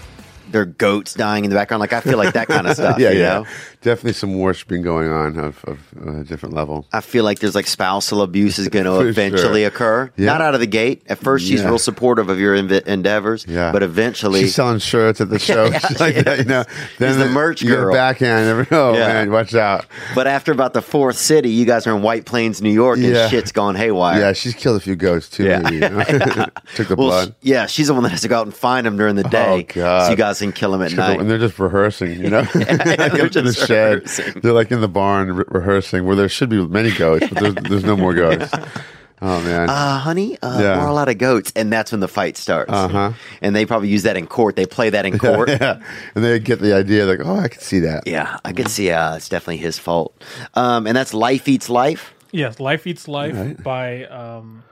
S2: there are goats dying in the background. Like I feel like that kind
S4: (laughs)
S2: of stuff.
S4: yeah,
S2: you
S4: yeah.
S2: know?
S4: Definitely some worshiping going on of, of uh, a different level.
S2: I feel like there's like spousal abuse is going
S4: (laughs) For
S2: to eventually
S4: sure.
S2: occur.
S4: Yeah.
S2: Not out of the gate. At first, she's
S4: Yeah.
S2: real supportive of your env- endeavors.
S4: Yeah.
S2: But eventually,
S4: She's selling
S2: (laughs)
S4: shirts at the show. She's like that, (laughs) you know. Then
S2: the merch
S4: you get
S2: girl.
S4: backhand. (laughs) Never, oh,
S2: Yeah.
S4: man, watch out.
S2: but after about the fourth city, you guys are in White Plains, New York, and
S4: Yeah.
S2: shit's gone haywire.
S4: Yeah, she's killed a few ghosts too.
S2: Yeah.
S4: Maybe, you know? (laughs) Took the
S2: Well,
S4: blood. Oh,
S2: sh- yeah, she's the one that has to go out and find him during the day.
S4: God.
S2: So you guys can kill him at
S4: Took the-
S2: night.
S4: and they're just
S2: (laughs)
S4: rehearsing, you know, (laughs) like
S2: they're
S4: up in the
S2: just
S4: shed.
S2: rehearsing.
S4: They're like in the barn re- rehearsing, where there should be many ghosts, but there's, there's
S2: (laughs)
S4: no more ghosts. Oh man,
S2: uh, honey, uh,
S4: Yeah.
S2: we're a lot of goats. And that's when the fight starts.
S4: Uh-huh.
S2: And they probably use that in court. They play that in court.
S4: (laughs) yeah. And they get the idea, like, oh, I can see that.
S2: Yeah, I could see. Uh, it's definitely his fault. Um, and that's life eats life.
S5: Yes, Life Eats Life by um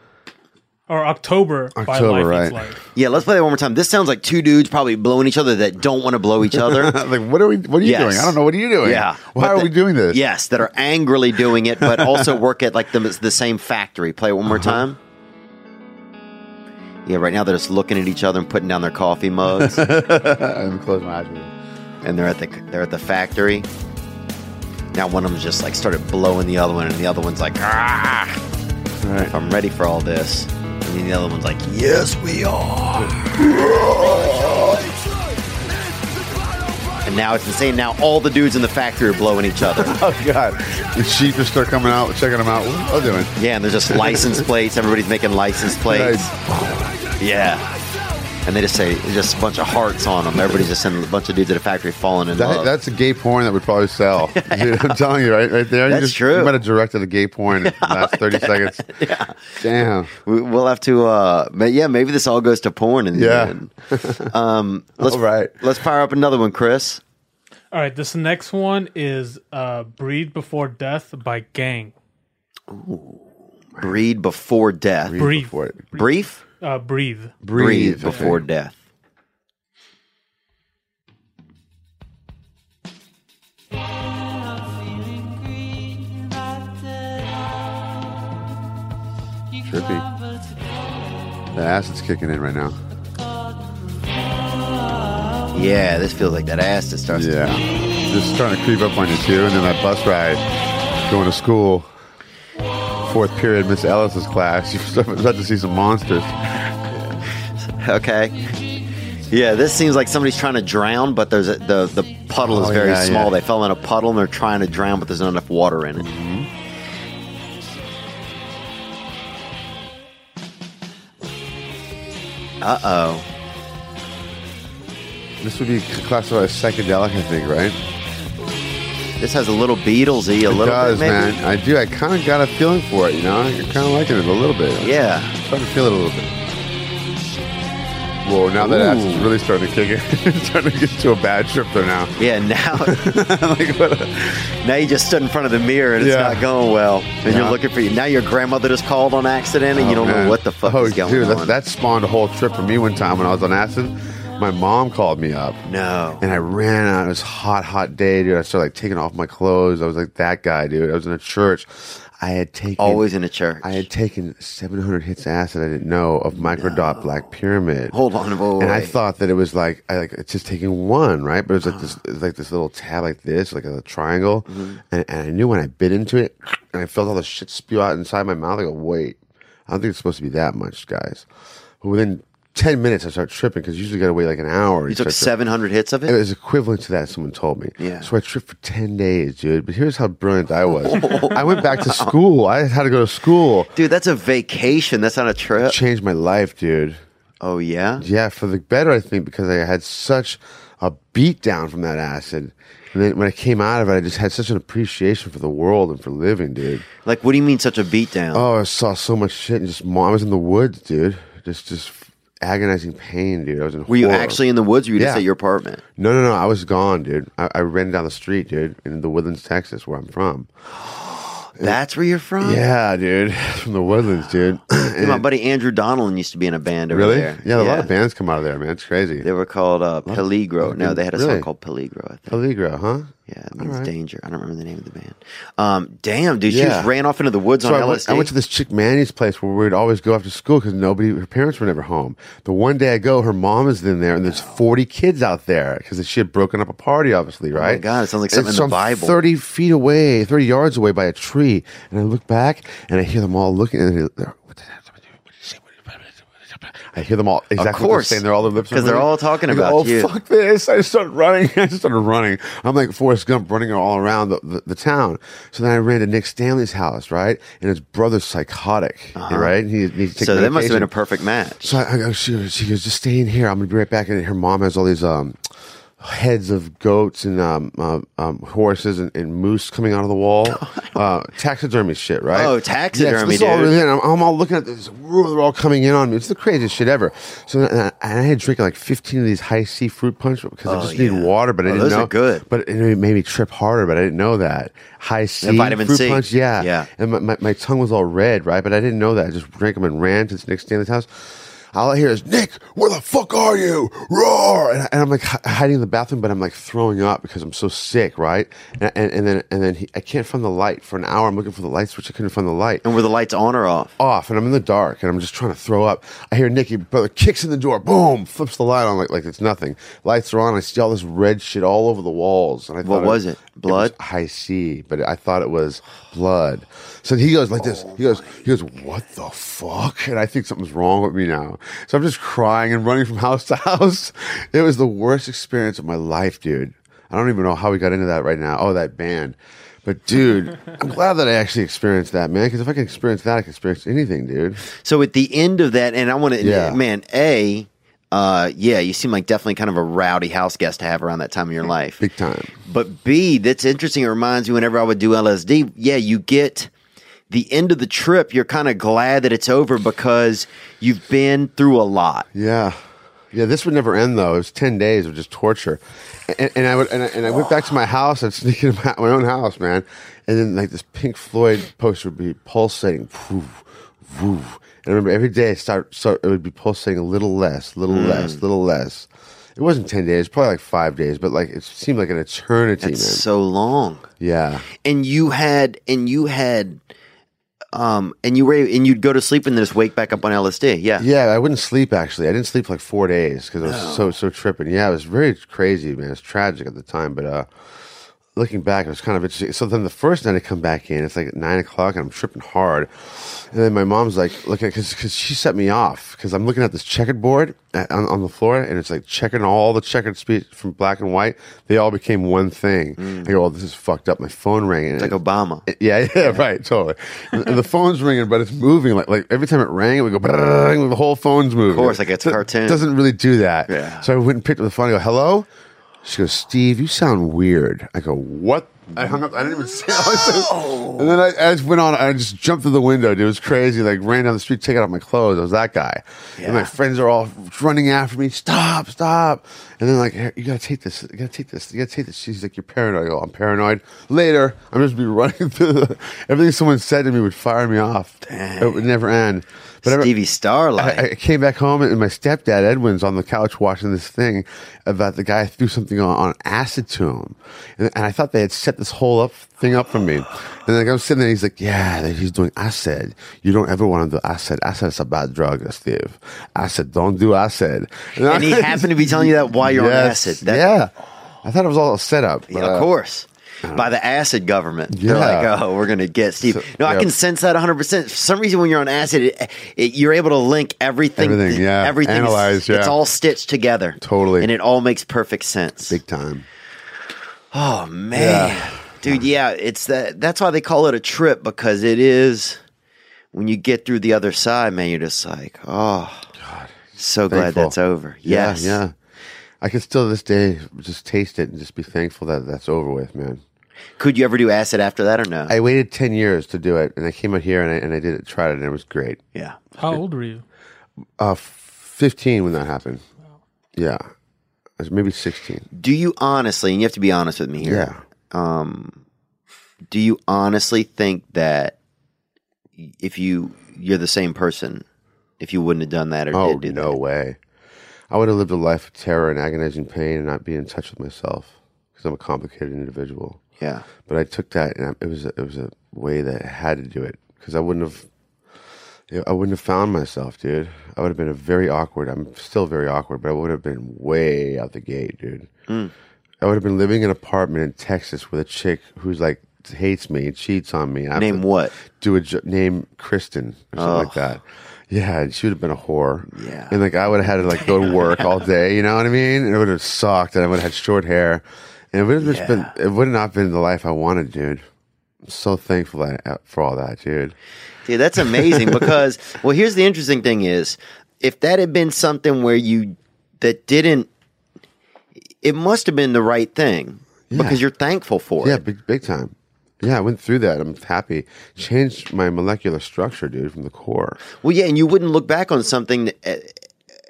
S5: or October, by
S4: October,
S5: Life
S4: right.
S5: Eats Life.
S2: Yeah, let's play that one more time. This sounds like two dudes probably blowing each other that don't want to blow each
S4: (laughs)
S2: other.
S4: Like, what are we? What are you
S2: Yes.
S4: doing? I don't know. What are you doing?
S2: Yeah.
S4: Why
S2: But
S4: are
S2: the-
S4: we doing this?
S2: yes, that are angrily doing it, but also work at like the the same factory. Play it one more time. Yeah, right now they're just looking at each other and putting down their coffee mugs,
S4: I'm close my eyes. with it.
S2: and they're at the they're at the factory. Now one of them's just like started blowing the other one, and the other one's like, ah,
S4: All right.
S2: I'm ready for all this. And then the other one's like, yes, we are. and now it's insane. Now all the dudes in the factory are blowing each other.
S4: (laughs) Oh God! The sheep just start coming out, checking them out. What are they doing?
S2: Yeah, and there's just license plates. Everybody's making license plates. Yeah. And they just say, just a bunch of hearts on them. Everybody's just sending a bunch of dudes at a factory falling in
S4: That,
S2: love.
S4: that's a gay porn that would
S2: (laughs)
S4: probably sell. Dude, (laughs) I'm telling you, right, right there.
S2: That's
S4: you just,
S2: true. Oh,
S4: You might have directed a gay
S2: (laughs)
S4: porn in the last 30 seconds. Yeah. Damn.
S2: We- We'll have to, uh, ma- yeah, maybe this all goes to porn in the
S4: Yeah.
S2: end.
S4: (laughs)
S2: Um, let's,
S4: All right.
S2: Let's fire up another one, Chris.
S5: All right, this next one is uh, "Breed Before Death" by Gang.
S2: Breed before death.
S5: Breathe.
S4: For it.
S2: Brief?
S5: Uh, breathe.
S2: Breathe, before death.
S4: Trippy. The acid's kicking in right now.
S2: Yeah, this feels like that ass that starts.
S4: Yeah. Just starting to creep up on you too. And then that bus ride going to school, fourth period, Miss Ellis's class. (laughs) You start about to see some monsters.
S2: (laughs) Okay. Yeah, this seems like somebody's trying to drown, but there's a, the the puddle is
S4: Oh,
S2: very
S4: yeah,
S2: small.
S4: yeah.
S2: They fell in a puddle and they're trying to drown, but there's not enough water in it. Uh oh.
S4: This would be classified as psychedelic, I think, right?
S2: This has a little Beatlesy, a
S4: it
S2: little
S4: does,
S2: bit, maybe.
S4: man. I do. I kind of got a feeling for it, you know? You're kind of liking it a little bit.
S2: Yeah.
S4: Starting to feel it a little bit. Whoa, now that ass is
S2: Ooh.
S4: really starting to kick in. (laughs) It's starting to get to a bad trip there now.
S2: Yeah,
S4: (laughs)
S2: now (laughs)
S4: like, what a-
S2: Now you just stood in front of the mirror and it's
S4: Yeah.
S2: not going well, and
S4: Yeah.
S2: you're looking for you. Now your grandmother just called on accident, and you
S4: Oh,
S2: don't
S4: man.
S2: know what the fuck
S4: oh,
S2: is going
S4: dude,
S2: on.
S4: That, that spawned a whole trip for me one time when I was on acid. My mom called me up.
S2: no,
S4: And I ran out. It was a hot, hot day, dude. I started like taking off my clothes. I was like that guy, dude. I was in a church. I had taken
S2: always in a church.
S4: I had taken 700 hits of acid. I didn't know of microdot black pyramid.
S2: Hold on, whoa,
S4: and I
S2: wait.
S4: thought that it was like I like it's just taking one, right? But it was like this,
S2: (gasps)
S4: it's like this little tab, like this, like a triangle.
S2: Mm-hmm.
S4: And, and I knew when I bit into it, (sniffs) and I felt all the shit spew out inside my mouth. I go, wait, I don't think it's supposed to be that much, guys. But within 10 minutes, I start tripping because usually got to wait like an hour.
S2: you took 700 hits of
S4: It
S2: it.
S4: was equivalent to that, someone told me.
S2: Yeah.
S4: So I tripped for 10 days, dude. But here's how brilliant
S2: (laughs)
S4: I was. I went back to school. I had to go to school.
S2: Dude, that's a vacation. That's not a trip.
S4: Changed my life, dude.
S2: Oh yeah,
S4: Yeah, for the better, I think, because I had such a beat down from that acid. And then when I came out of it, I just had such an appreciation for the world and for living, dude.
S2: like what do you mean such a beatdown?
S4: Oh, I saw so much shit and just, mo- I was in the woods, dude. Just, just agonizing pain, dude. I was in
S2: were you
S4: horror.
S2: actually in the woods? Or were you just
S4: Yeah.
S2: at your apartment?
S4: No, no, no. I was gone, dude. I, I ran down the street, dude, in the Woodlands, Texas, where I'm from.
S2: That's where you're from.
S4: Yeah, dude. (laughs) From the Woodlands, dude. (clears throat)
S2: Dude, my buddy Andrew Donnellan used to be in a band over
S4: really?
S2: there.
S4: Yeah, a lot of bands come out of there, man. It's crazy.
S2: They were called uh, Peligro. No, they had a
S4: Really?
S2: song called Peligro. I think.
S4: Allegro, huh?
S2: Yeah, it means danger. I don't remember the name of the band. Um, damn, dude, she
S4: Yeah.
S2: just ran off into the woods
S4: So
S2: on
S4: I
S2: LSD.
S4: went, I went to this chick Manny's place where we'd always go after school because nobody, her parents were never home. The one day I go, her mom is in there, and there's 40 kids out there because she had broken up a party, obviously, right?
S2: Oh God, it sounds like
S4: And
S2: something in
S4: so
S2: the
S4: I'm
S2: Bible.
S4: 30 feet away, 30 yards away by a tree, and I look back and I hear them all looking. And they're, what the hell? What do you- what do you say? What do you- I hear them all exactly what
S2: course.
S4: they're saying. They're all their lips are
S2: 'Cause they're
S4: moving.
S2: all talking
S4: I go,
S2: about
S4: oh,
S2: you."
S4: fuck this. I just started running. (laughs) I just started running. I'm like Forrest Gump running all around the, the, the town. So then I ran to Nick Stanley's house, right? And his brother's psychotic, right? And he, he's taking
S2: Uh-huh. so that must have been a
S4: medication.
S2: perfect match.
S4: So I, I go, she goes, she goes, just stay in here. I'm gonna be right back. And her mom has all these um, heads of goats and um, uh, um, horses and, and moose coming out of
S2: (laughs)
S4: the wall. uh, taxidermy shit, right?
S2: Oh,
S4: Yeah, so
S2: taxidermy,
S4: this is all
S2: dude.
S4: really- I'm, I'm all looking at this. whoa, They're all coming in on me. It's the craziest shit ever. So then- and I, and I had drinking like 15 of these high C fruit punch because I
S2: Oh,
S4: just
S2: yeah.
S4: needed water, but I
S2: Oh,
S4: didn't
S2: those are
S4: know.
S2: good.
S4: But it made me trip harder, but I didn't know that high C
S2: vitamin
S4: fruit
S2: C.
S4: punch. Yeah,
S2: Yeah.
S4: and my, my, my tongue was all red, right? But I didn't know that. I just drank them and ran to this Nick Stanley's house. all I hear is Nick, where the fuck are you? Roar! And, I, and I'm like hi- hiding in the bathroom, but I'm like throwing up because I'm so sick, right? And and, and then and then he, I can't find the light for an hour. I'm looking for the light switch. I couldn't find the light
S2: And were the lights on or off?
S4: off and I'm in the dark and I'm just trying to throw up. I hear Nicky brother kicks in the door, boom, flips the light on like like it's nothing. Lights are on. I see all this red shit all over the walls. And I
S2: What
S4: thought
S2: was it? Blood?
S4: was high C, but I thought it was blood. So he goes like this. He goes, he goes, what the fuck? And I think something's wrong with me now. So I'm just crying and running from (laughs) house to house. It was the worst experience of my life, dude. I don't even know how we got into that right now. Oh, that band. But dude, I'm glad that I actually experienced that, man. Because if I can experience that, I can experience anything, dude.
S2: So at the end of that, and I want to,
S4: Yeah.
S2: man, a, uh, yeah, you seem like definitely kind of a rowdy house guest to have around that
S4: (laughs)
S2: time of your life.
S4: Big time.
S2: But B, that's interesting. It reminds me whenever I would do LSD, yeah, you get the end of the trip, you're kind of glad that it's over because you've been through a lot.
S4: Yeah. Yeah, this would never end though. It was ten days of just torture, and, and I would and I, and I went back to my house. I'd sneak into my, my own house, man, and then like this Pink Floyd poster would be pulsating, woof, woof. And I remember every day I start so it would be pulsating a little less, little less, little less. It wasn't ten days, probably like five days, but like it seemed like an eternity,
S2: It's
S4: man.
S2: so long.
S4: yeah,
S2: And you had, and you had, um, and you were, and you'd go to sleep and then just wake back up on LSD. Yeah. Oh.
S4: yeah. I wouldn't sleep actually. I didn't sleep for like four days because I was so so tripping. Yeah, it was very crazy, man. It was tragic at the time, but uh, looking back, it was kind of interesting. So then the first night I come back in, it's like at nine o'clock, and I'm tripping hard. And then my mom's like, "Look at," because she set me off because I'm looking at this checkered board at, on, on the floor, and it's like checking all the checkered speech from black and white. They all became one thing. I go, "Oh, this is fucked up." My phone rang, and
S2: Mm. Like Obama.
S4: yeah, (laughs) yeah, right, totally.
S2: (laughs)
S4: And and the phone's ringing, but it's moving. Like, like every time it rang, it would go, "Brrrr," the whole phone's moving. Of
S2: course, like it's a cartoon.
S4: doesn't really do that.
S2: Yeah.
S4: So I went and picked up the phone. I go, hello? She goes, Steve, you sound weird. I go, what? I hung up. I didn't even say it. And then I, I just went on. I just jumped through the window, dude. It was crazy. Like, ran down the street, taking off my clothes. I was that guy. And my friends are all running after me. Stop, stop. And then, like, "Here, you gotta take this. You gotta take this. You gotta take this. She's like, you're paranoid. I go, I'm paranoid. Later, I'm just be running (laughs) through the, everything someone said to me would fire me off. It would never end. But every-
S2: Stevie Starlight.
S4: I, I came back home and my stepdad Edwin's on the couch watching this thing about the guy threw something on, on acid to him, and, and I thought they had set this whole up thing up for me. And like I'm sitting there, he's like, "Yeah, that he's doing acid. You don't ever want to do acid. Acid is a bad drug, Steve. Acid, don't do acid."
S2: and
S4: (laughs)
S2: he happened to be telling you that while you're on acid. That,
S4: yeah, I thought it was all a setup.
S2: Yeah,
S4: but, uh,
S2: of course. By the acid government. They're
S4: Yeah.
S2: like, oh, we're going to get Steve.
S4: So-
S2: no, I
S4: yeah.
S2: can sense that 100%. For some reason, when you're on acid, it, it, you're able to link everything.
S4: Everything, yeah.
S2: Everything. is-
S4: Analyze,
S2: It's
S4: yeah.
S2: all stitched together.
S4: Totally.
S2: And it all makes perfect sense.
S4: big time.
S2: oh, man.
S4: Yeah.
S2: Dude, yeah, it's that. That's why they call it a trip because it is, when you get through the other side, man, you're just like, oh, so glad
S4: Thankful.
S2: that's over.
S4: Yeah,
S2: Yes.
S4: yeah. I can still this day just taste it and just be thankful that that's over with, man.
S2: Could you ever do acid after that or no?
S4: I waited 10 years to do it, and I came out here and I, and I did it, tried it, and it was great.
S2: yeah.
S5: How old were you?
S4: Uh, 15 when that happened. Yeah. It was maybe 16.
S2: Do you honestly, and you have to be honest with me here.
S4: Yeah.
S2: do you honestly think that if you you're the same person if you wouldn't have done that or
S4: Oh,
S2: did do
S4: no way. I would have lived a life of terror and agonizing pain and not be in touch with myself because I'm a complicated individual.
S2: that yeah
S4: But I took that, and I, it was a, it was a way that I had to do it because I wouldn't have. you know, I wouldn't have found myself, dude. I would have been a very awkward. I'm still very awkward, but I would have been way out the gate, dude.
S2: Mm.
S4: I would have been living in an apartment in Texas with a chick who's like hates me, cheats on me. I
S2: name what
S4: do a jo- name Kristen or something like that. Yeah, and she would have been a whore.
S2: Yeah.
S4: and like I would have had to like go to work all day. You know what I mean? And it would have sucked, and I would have had short hair, and it would have just been. It would have not been the life I wanted, dude. I'm so thankful that, uh, for all that, dude.
S2: dude that's (laughs) amazing because well here's the interesting thing is if that had been something where you that didn't it must have been the right thing because you're thankful for
S4: Yeah,
S2: it
S4: big big time. Yeah, I went through that. I'm happy. Changed my molecular structure, dude, from the core.
S2: well yeah and you wouldn't look back on something that, eh,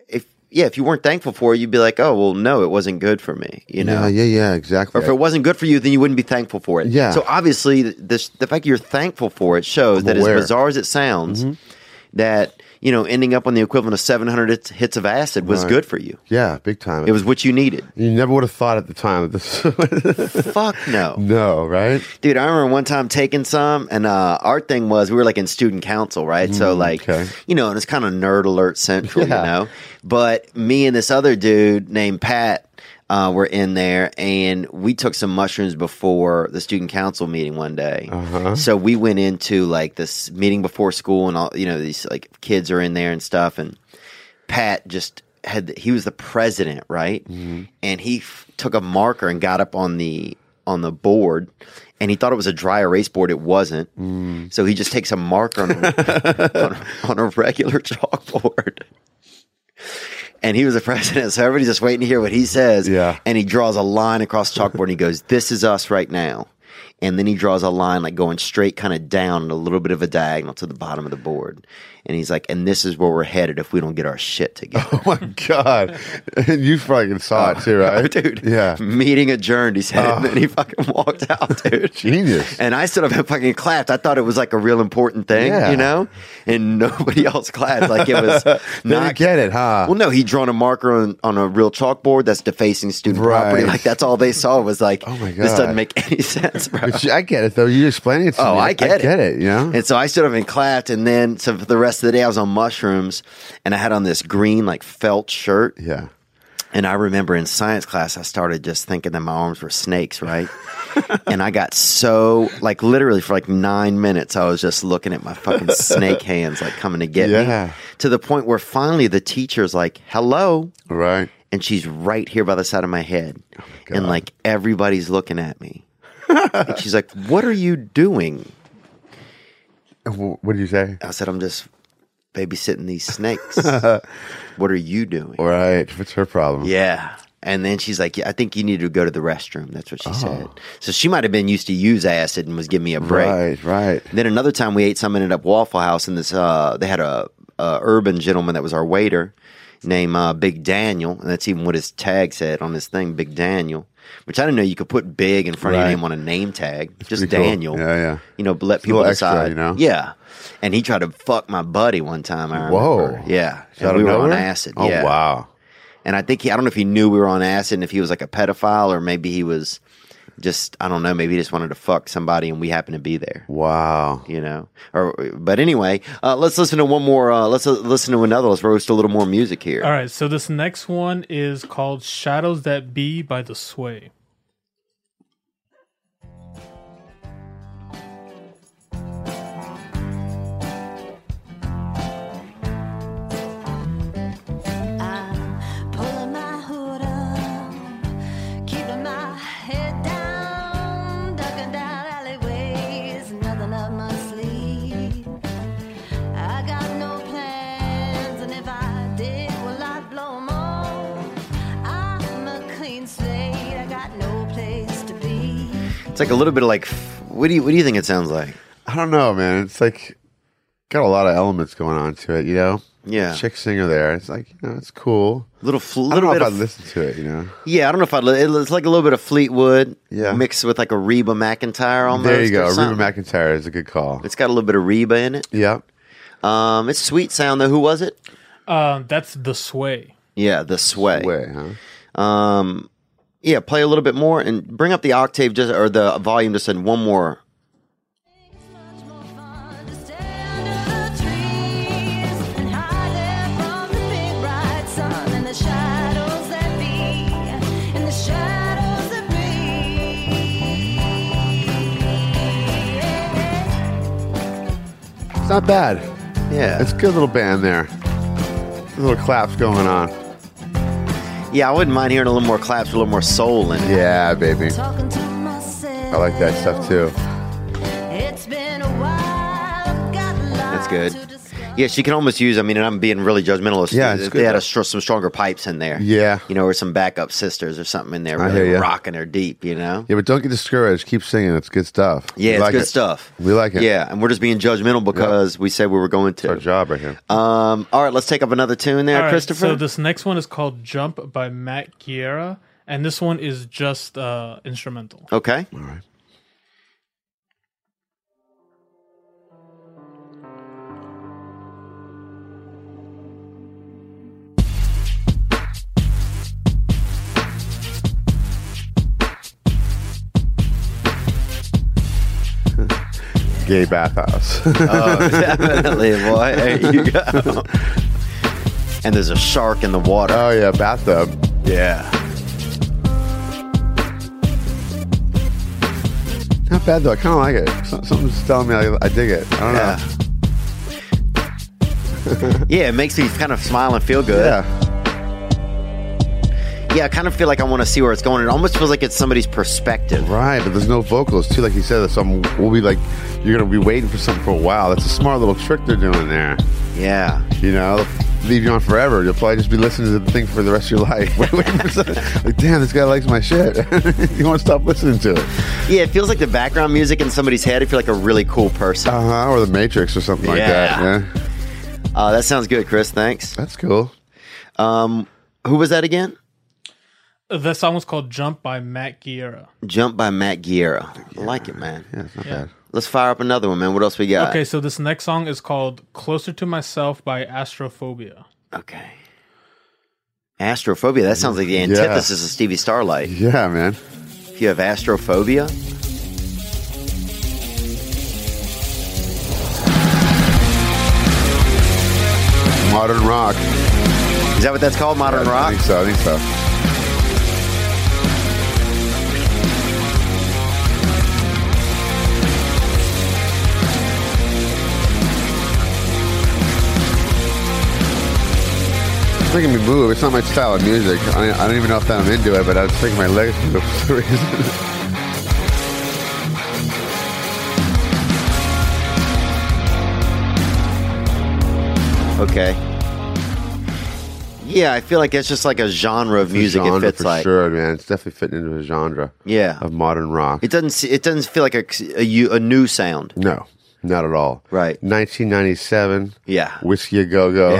S2: if yeah if you weren't thankful for it you'd be like oh well no it wasn't good for me you know
S4: Yeah, yeah, yeah, exactly.
S2: or if it wasn't good for you, then you wouldn't be thankful for it.
S4: Yeah.
S2: So obviously, th- this the fact that you're thankful for it shows that as
S4: aware. Mm-hmm.
S2: bizarre as it sounds, that you know ending up on the equivalent of 700 hits- hits of acid was good for you.
S7: Yeah, big time.
S2: It was what you
S4: (laughs)
S2: needed.
S7: You never would have thought at the time that this.
S2: Fuck no.
S7: no, right?
S2: Dude, I remember one time taking some, and uh, our thing was we were like in student council, right? so
S4: Mm,
S2: like,
S7: okay.
S2: you know, and it's kind of nerd alert central,
S7: Yeah.
S2: you know. But me and this other dude named Pat uh, were in there, and we took some mushrooms before the student council meeting one day. So we went into like this meeting before school, and all you know, these like kids are in there and stuff, and Pat just had he was the president, right? And he f- took a marker and got up on the on the board, and he thought it was a dry erase board. It wasn't. So he just takes a marker on a, on, a- (laughs) on a regular chalkboard. And he was the president, so everybody's just waiting to hear what he says.
S7: Yeah.
S2: And he draws a line across the chalkboard and he goes, This is us right now. And then he draws a line like going straight kind of down and a little bit of a diagonal to the bottom of the board. And he's like, And this is where we're headed if we don't get our shit together.
S7: (laughs) Oh my God. And you fucking saw it
S2: (laughs)
S7: too, right?
S2: Oh, Dude. Mm,
S7: Yeah. Oh.
S2: Meeting adjourned, he said. And then he fucking
S7: (laughs)
S2: walked out, dude.
S7: Genius.
S2: And I stood up and fucking clapped. I thought it was like a real important thing,
S7: Yeah.
S2: you know? And nobody else clapped. Like it
S7: (laughs)
S2: was
S7: Now
S2: not.
S7: you get it, huh?
S2: well, no, he'd drawn a marker on, on a real chalkboard that's defacing student property.
S7: Right.
S2: Like that's all they saw was like, oh
S7: my
S2: this doesn't
S7: God.
S2: make any (laughs) sense, bro.
S7: But you- I get it though. You're explaining it to
S2: uh, Oh,
S7: me.
S2: I get it.
S7: get it, you know?
S2: And so I stood up and clapped, and then so for the rest of the day I was on mushrooms, and I had on this green like felt shirt,
S7: yeah.
S2: and I remember in science class, I started just thinking that my arms were
S7: (laughs)
S2: snakes, right? and I got so, like, literally for like nine minutes, I was just looking at my fucking
S7: (laughs)
S2: snake hands, like, coming to get
S7: Yeah.
S2: me. To the point where finally the teacher's like, hello.
S7: Right.
S2: And she's right here by the side of my head. and, like, everybody's looking at me. and she's like, what are you doing?
S7: Wh- What do you say?
S2: I said, I'm just babysitting these snakes. what are you doing?
S7: Right. What's her problem?
S2: Yeah. And then she's like, yeah, I think you need to go to the restroom. That's what she said. So she might have been used to use acid and was giving me a break.
S7: Right. Right.
S2: Then another time we ate some ended up Waffle House and this uh they had a, a urban gentleman that was our waiter named uh, Big Daniel, and that's even what his tag said on his thing, Big Daniel. Which I didn't know you could put big in front of
S7: Right.
S2: your name on a name tag. just
S7: pretty cool.
S2: Daniel.
S7: Yeah, yeah.
S2: You know, but let people
S7: little extra,
S2: decide.
S7: you know?
S2: Yeah. And he tried to fuck my buddy one time. I
S7: Whoa.
S2: remember. Yeah.
S7: Out
S2: And
S7: of
S2: we were on
S7: nowhere?
S2: acid.
S7: Oh
S2: yeah.
S7: wow.
S2: And I think he, I don't know if he knew we were on acid and if he was like a pedophile or maybe he was just, I don't know, maybe he just wanted to fuck somebody and we happened to be there,
S7: Wow.
S2: you know? Or, but anyway, uh, let's listen to one more, uh, let's uh, listen to another. Let's roast a little more music here.
S5: All right, so this next one is called Shadows That Be by The Sway.
S8: Pulling my hood up, keeping my head down, ducking down alleyways, nothing up my sleeve. I got no plans, and if I did, well, I'd blow 'em all. I'm a clean slate, I got no place to be.
S2: It's like a little bit of like, f- what do you, what do you think it sounds like?
S7: I don't know, man. It's like got a lot of elements going on to it, you know.
S2: Yeah.
S7: Chick singer there. It's like you know, it's cool.
S2: Little, fl-
S7: I don't know
S2: little bit
S7: if I
S2: of,
S7: would listen to it, you know.
S2: yeah, I don't know if I, li- it's like a little bit of Fleetwood
S7: Yeah.
S2: mixed with like a Reba McIntyre almost.
S7: there you go.
S2: or
S7: Reba
S2: something.
S7: McIntyre is a good call.
S2: It's got a little bit of Reba in it.
S7: Yep.
S2: Um, it's sweet sound though. Who was it?
S5: Um, that's The Sway.
S2: Yeah, the sway.
S7: Way, huh?
S2: Um, yeah, play a little bit more and bring up the octave just or the volume just in one more.
S8: It's much more fun to stand under the trees and hide there from the big bright sun and the shadows that be, and the shadows that be.
S7: It's not bad.
S2: Yeah,
S7: It's a good little band there. Little claps going on.
S2: yeah. I wouldn't mind hearing a little more claps, a little more soul in it.
S7: Yeah, baby.
S8: Talking to myself.
S7: I like that stuff too.
S8: It's been a while.
S2: That's
S8: That's
S2: good. Yeah, she can almost use. I mean, and I'm being really judgmental.
S7: Yeah, it's
S2: if
S7: good
S2: they had
S7: though.
S2: a, str- some stronger pipes in there.
S7: Yeah.
S2: you know, or some backup sisters or something in there,
S7: I
S2: really
S7: hear ya.
S2: rocking her deep. You know.
S7: Yeah, but don't get discouraged. Keep singing. It's good stuff.
S2: Yeah,
S7: We
S2: it's
S7: like
S2: good
S7: it.
S2: stuff.
S7: We like it.
S2: Yeah, and we're just being judgmental because we said we were going
S7: Our
S2: to.
S7: job right here.
S2: Um, all right, let's take up another tune there,
S5: All right,
S2: Christopher.
S5: So this next one is called Jump by Matt Guerra, and this one is just uh, instrumental.
S2: okay.
S7: (laughs)
S2: (laughs)
S7: (laughs)
S4: gay bathhouse.
S2: Oh, definitely, boy. There you go. And there's a shark in the water.
S7: Uh,
S4: oh yeah, bathtub.
S2: yeah.
S4: Not bad though. I kind of like it. So- Something's telling me I, I dig it. I don't
S2: Yeah. yeah, (laughs) it makes me kind of smile and feel
S4: know.
S2: good.
S4: Yeah.
S2: Yeah, I kind of feel like I want to see where it's going. It almost feels like it's somebody's perspective.
S4: Right, but there's no vocals too. Like you said, so I'm- we'll be like, you're gonna be waiting for something for a while. That's a smart little trick they're doing there.
S2: Yeah.
S4: You know, leave you on forever. You'll probably just be listening to the thing for the rest of your life. (laughs) Wait, wait for something. like, damn, this guy likes my shit. (laughs) you won't stop listening to it.
S2: Yeah, it feels like the background music in somebody's head. If you're like a really cool person.
S4: Uh huh. Or the Matrix or something like that.
S2: Yeah.
S4: Yeah.
S2: Uh, that sounds good, Chris. Thanks.
S4: That's cool.
S2: Um, who was that again?
S5: The song was called "Jump" by Matt Guerra.
S2: Jump by Matt Guerra. I like it, man.
S4: Yeah, it's not
S5: Yeah.
S4: bad.
S2: Let's fire up another one, man. What else we got?
S5: Okay, so this next song is called "Closer to Myself" by Astrophobia.
S2: Okay. Astrophobia. That sounds like the antithesis of Stevie Starlight.
S4: Yeah, man.
S2: If you have astrophobia,
S4: Modern rock.
S2: is that what that's called? Modern
S4: I
S2: rock.
S4: think so. I think so. It's making me move. It's not my style of music. I, I don't even know if I'm into it, but I was making my legs move for the (laughs) reason.
S2: Okay. Yeah, I feel like that's just like a genre of music.
S4: genre
S2: it fits
S4: for
S2: like
S4: sure, man. It's definitely fitting into a genre
S2: yeah.
S4: of modern rock.
S2: It doesn't. se- It doesn't feel like a a, u- a new sound.
S4: no, not at all.
S2: Right.
S4: 1997.
S2: Yeah.
S4: Whiskey a Go Go,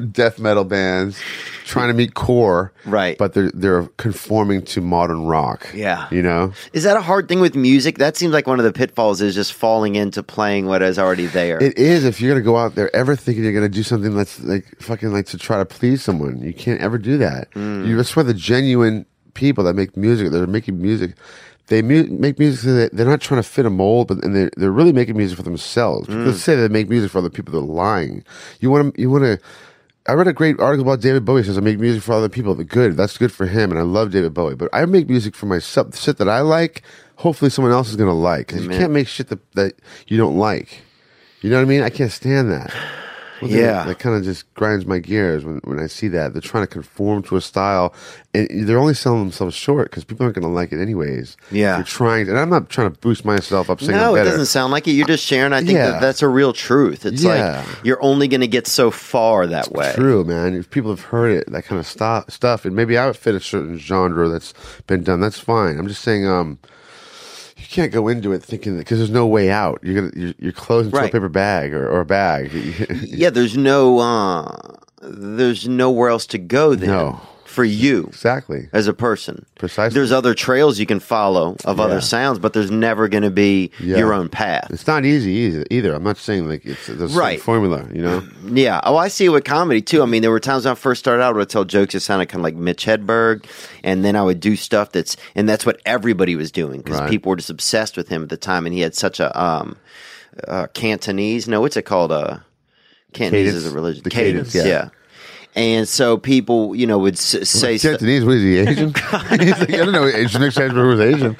S4: (laughs) death metal bands trying to meet core,
S2: Right.
S4: But they're they're conforming to modern rock,
S2: Yeah.
S4: You know,
S2: Is that a hard thing with music? That seems like one of the pitfalls is just falling into playing what is already there.
S4: it is if you're gonna go out there ever thinking you're gonna do something that's like fucking like to try to please someone, you can't ever do that. You just want the genuine people that make music, that are making music. They mu- make music so that they're not trying to fit a mold, but and they're, they're really making music for themselves. Let's say they make music for other people. They're lying. You want to you want to I read a great article about David Bowie. He says I make music for other people. But good, that's good for him, and I love David Bowie. But I make music for myself. The shit that I like, hopefully someone else is gonna like. 'Cause you can't make shit that, that you don't like. You know what I mean? I can't stand that. One thing
S2: Yeah.
S4: that, kind of just grinds my gears when, when I see that they're trying to conform to a style, and they're only selling themselves short because people aren't going to like it anyways.
S2: Yeah.
S4: they're trying, and I'm not trying to boost myself up. Saying
S2: no,
S4: I'm
S2: it
S4: better.
S2: doesn't sound like it. You're just sharing. I think
S4: Yeah.
S2: that that's a real truth. It's
S4: Yeah.
S2: like you're only going to get so far that way.
S4: True, man. If people have heard it, that kind of stu- stuff, and maybe I would fit a certain genre that's been done. That's fine. I'm just saying, um, you can't go into it thinking that because there's no way out. You're gonna you're, you're closed into
S2: Right.
S4: a paper bag or, or a bag. (laughs)
S2: Yeah, there's no uh there's nowhere else to go then
S4: No.
S2: for you
S4: exactly.
S2: as a person.
S4: Precisely.
S2: There's other trails you can follow of
S4: Yeah.
S2: other sounds, but there's never going to be
S4: Yeah.
S2: your own path.
S4: It's not easy either. either. I'm not saying like it's the
S2: Right.
S4: formula,
S2: (laughs)
S4: you know.
S2: Yeah. Oh, I see it with comedy too. I mean, there were times when I first started out, I would tell jokes that sounded kind of like Mitch Hedberg, and then I would do stuff that's, and that's what everybody was doing because
S4: Right.
S2: people were just obsessed with him at the time, and he had such a um, uh, Cantonese. No, what's it called? Uh, Cantonese
S4: Cadence?
S2: is a religion.
S4: The cadence,
S2: yeah.
S4: yeah.
S2: And so people, you know, would s- say stu-
S4: Cantonese, what
S2: (laughs)
S4: is he Asian? He's like, I don't know. Asian Nick Sandberg was Asian.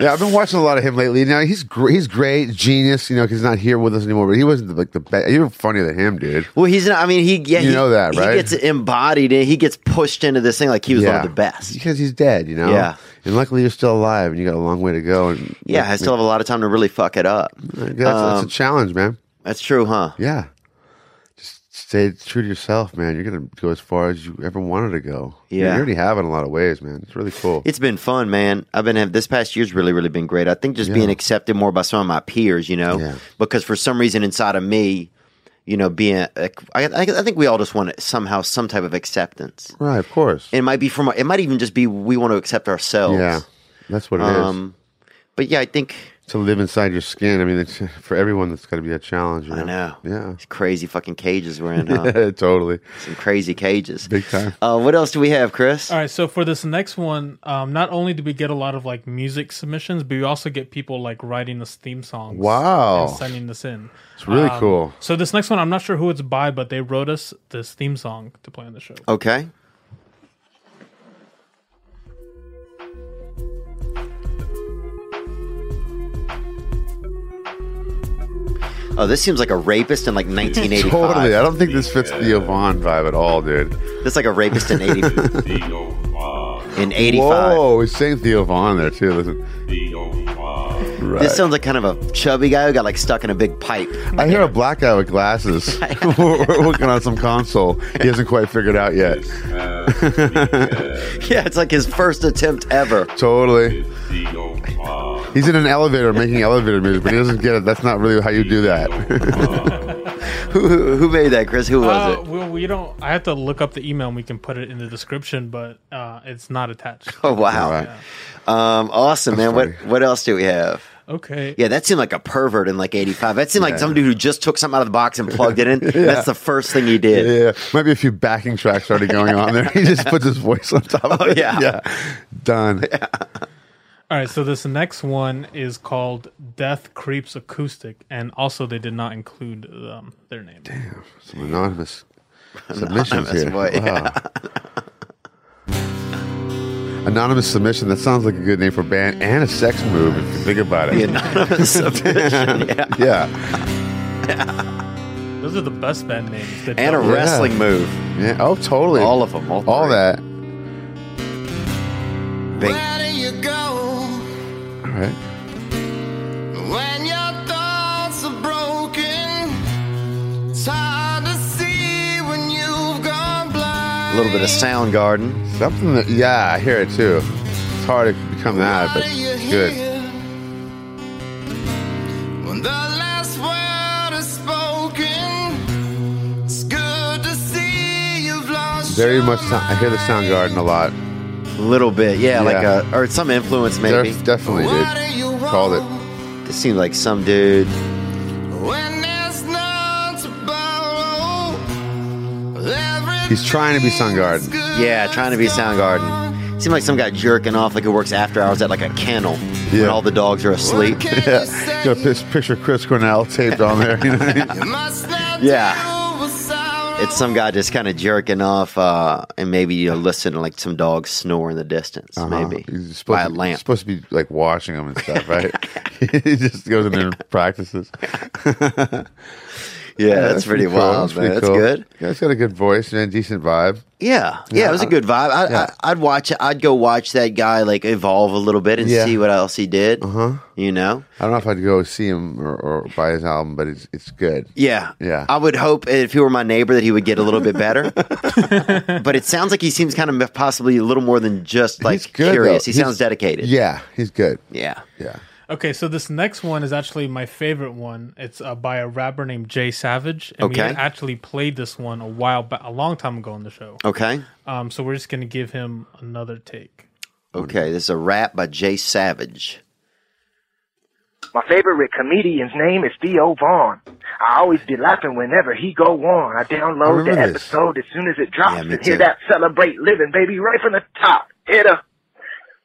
S4: Yeah, I've been watching a lot of him lately. Now he's gr- he's great, genius. You know, 'cause he's not here with us anymore. But he wasn't like the best. You're funnier than him, dude.
S2: Well, he's not. I mean, he yeah,
S4: You
S2: he-
S4: know that, right?
S2: He gets embodied and he gets pushed into this thing like he was one
S4: Yeah.
S2: of the best.
S4: because he's dead. You know.
S2: Yeah.
S4: And luckily, you're still alive, and you got a long way to go. And
S2: Yeah, I still Um, have a lot of time to really fuck it up.
S4: that's, that's a challenge, man.
S2: That's true, huh?
S4: Yeah. Just stay true to yourself, man. You're gonna go as far as you ever wanted to go. You-
S2: Yeah.
S4: You already have in a lot of ways, man. It's really cool.
S2: It's been fun, man. I've been having this past year's really, really been great. I think just being accepted more by some of my peers, you know,
S4: Yeah.
S2: because for some reason inside of me, you know, being I, I, I think we all just want somehow some type of acceptance.
S4: right, of course.
S2: It might be from it might even just be we want to accept ourselves.
S4: Yeah, that's what it is.
S2: Um, but yeah, I think
S4: to live inside your skin. I mean, it's, (laughs) for everyone, that's got to be a challenge. You know?
S2: I know.
S4: Yeah.
S2: These crazy fucking cages we're in, huh?
S4: (laughs) totally.
S2: Some crazy cages.
S4: Big time.
S2: Uh, what else do we have, Chris?
S5: All right, so for this next one, um, not only do we get a lot of like music submissions, but we also get people like writing us theme songs.
S4: Wow.
S5: and sending this in.
S4: It's really
S5: Um,
S4: cool.
S5: So this next one, I'm not sure who it's by, but they wrote us this theme song to play on the show.
S2: Okay. Oh, this seems like a rapist in like 1985.
S4: (laughs) Totally. I don't think this fits the Yvonne vibe at all, dude.
S2: That's like a rapist in 80,
S4: (laughs)
S2: in 85.
S4: Whoa, he's saying Theo Vaughn there too. Listen, right.
S2: This sounds like kind of a chubby guy who got like stuck in a big pipe. (laughs)
S4: I hear a black guy with glasses (laughs) working on some console. He hasn't quite figured out yet.
S2: Yeah, it's like his first attempt ever.
S4: Totally. He's in an elevator making elevator music, but he doesn't get it. That's not really how you do that.
S2: Who, who who made that, Chris? Who was
S5: Uh,
S2: it?
S5: well, we don't. I have to look up the email. and We can put it in the description, but uh, it's not attached.
S2: (laughs) Oh wow.
S4: Right.
S2: Um, awesome, man. What what else do we have?
S5: Okay.
S2: Yeah, that seemed like a pervert in like '85. That seemed like somebody who just took something out of the box and plugged it in. That's the first thing he did.
S4: Yeah, might be a few backing tracks already going on there. (laughs) He just puts his voice on top of it.
S2: Oh, yeah.
S4: done.
S5: All right. So this next one is called "Death Creeps Acoustic," and also they did not include um, their name.
S4: Some anonymous submissions
S2: Anonymous boy,
S4: here. Wow. (laughs) anonymous submission. That sounds like a good name for a band and a sex move if you think about
S2: (laughs) The
S4: it.
S2: anonymous submission, yeah.
S4: (laughs) Yeah.
S5: Those are the best band names. that
S2: and a
S5: don't-
S2: wrestling move.
S4: Yeah. Oh, totally.
S2: All of them, all
S4: All
S2: three.
S4: that.
S2: Bing.
S3: do you go
S4: All right.
S3: when your thoughts are broken? It's hard to see when you've gone blind.
S2: A little bit of Soundgarden.
S4: Something that, yeah, I hear it too. It's hard to become that, but it's good.
S3: When the last word is spoken, it's good to see you've lost.
S4: Very
S3: your
S4: much, so- I hear the Soundgarden a lot.
S2: A little bit, yeah, like
S4: Yeah.
S2: a or some influence maybe.
S4: Def- definitely,
S3: What
S4: dude.
S3: do you want?
S4: Called it.
S2: This seemed like some dude.
S3: When there's none to borrow,
S4: He's trying to be
S3: everything's
S4: Soundgarden.
S3: good
S2: Yeah, trying to be
S3: as gone.
S2: Soundgarden. Seemed like some guy jerking off like it works after hours at like a kennel when
S4: Yeah.
S2: all the dogs are asleep.
S3: What
S4: (laughs)
S3: can you
S4: Yeah.
S3: say?
S4: Got a pis- picture of Chris Cornell taped on there. You know what I mean?
S3: You must not
S2: Yeah.
S3: deal with sorrow.
S2: It's some guy just kind of jerking off, uh, and maybe you listen to like some dogs snore in the distance, (laughs)
S4: Uh-huh.
S2: maybe
S4: He's supposed
S2: by a
S4: to,
S2: lamp.
S4: He's supposed to be like washing them and stuff,
S2: (laughs)
S4: right? (laughs) he just goes in there and practices.
S2: yeah, that's pretty
S4: cool.
S2: wild, man.
S4: pretty
S2: That's
S4: cool.
S2: good.
S4: Yeah, it's got a good voice and a decent vibe.
S2: Yeah, yeah, it was a good vibe. I, I, I'd watch. I'd go watch that guy like evolve a little bit and
S4: Yeah.
S2: see what else he did. Uh-huh. You know.
S4: I don't know if I'd go see him or, or buy his album, but it's it's good.
S2: Yeah.
S4: Yeah.
S2: I would hope if he were my neighbor that he would get a little bit
S4: (laughs)
S2: better. but it sounds like he seems kind of possibly a little more than just like
S4: He's good,
S2: curious. He
S4: though.
S2: sounds
S4: He's-
S2: dedicated.
S4: Yeah, he's good.
S2: Yeah.
S4: Yeah.
S5: Okay, so this next one is actually my favorite one. It's uh, by a rapper named Jay Savage, and we
S2: Okay.
S5: had actually played this one a while, ba- a long time ago on the show.
S2: Okay.
S5: Um, so we're just gonna give him another take.
S2: Okay. This is a rap by Jay Savage.
S9: My favorite comedian's name is Theo Vaughn. I always be laughing whenever he go on. I download the
S4: remember this.
S9: episode as soon as it drops
S2: Yeah, me
S9: and hear
S2: too.
S9: that celebrate living, baby, right from the top. Hit her.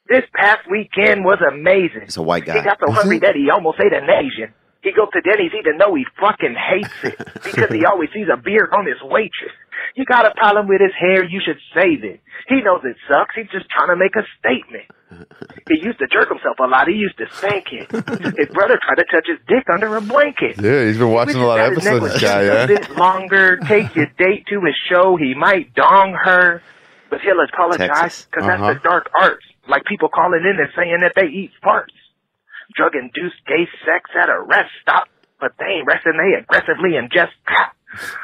S9: This past weekend was amazing.
S2: It's a white guy.
S9: He got so hungry that he almost ate an Asian. He goes to Denny's even though he fucking hates
S2: (laughs)
S9: it because he always sees a beard on his waitress. You got a problem with his hair, you should save it. He knows it sucks. He's just trying to make a statement. He used to jerk himself a lot. He used to spank
S4: (laughs)
S9: it. His brother tried to touch his dick under a blanket.
S4: Dude, he's been watching a lot of
S9: His neck
S4: episodes, this
S9: was
S4: guy,
S9: just
S4: yeah?
S9: A bit longer. Take your date to his show. He might dong her, but he'll apologize
S2: Texas.
S9: because
S4: Uh-huh.
S9: that's the dark arts. Like people calling in and saying that they eat farts. Drug-induced gay sex at a rest stop, but they ain't resting. They aggressively ingest crap.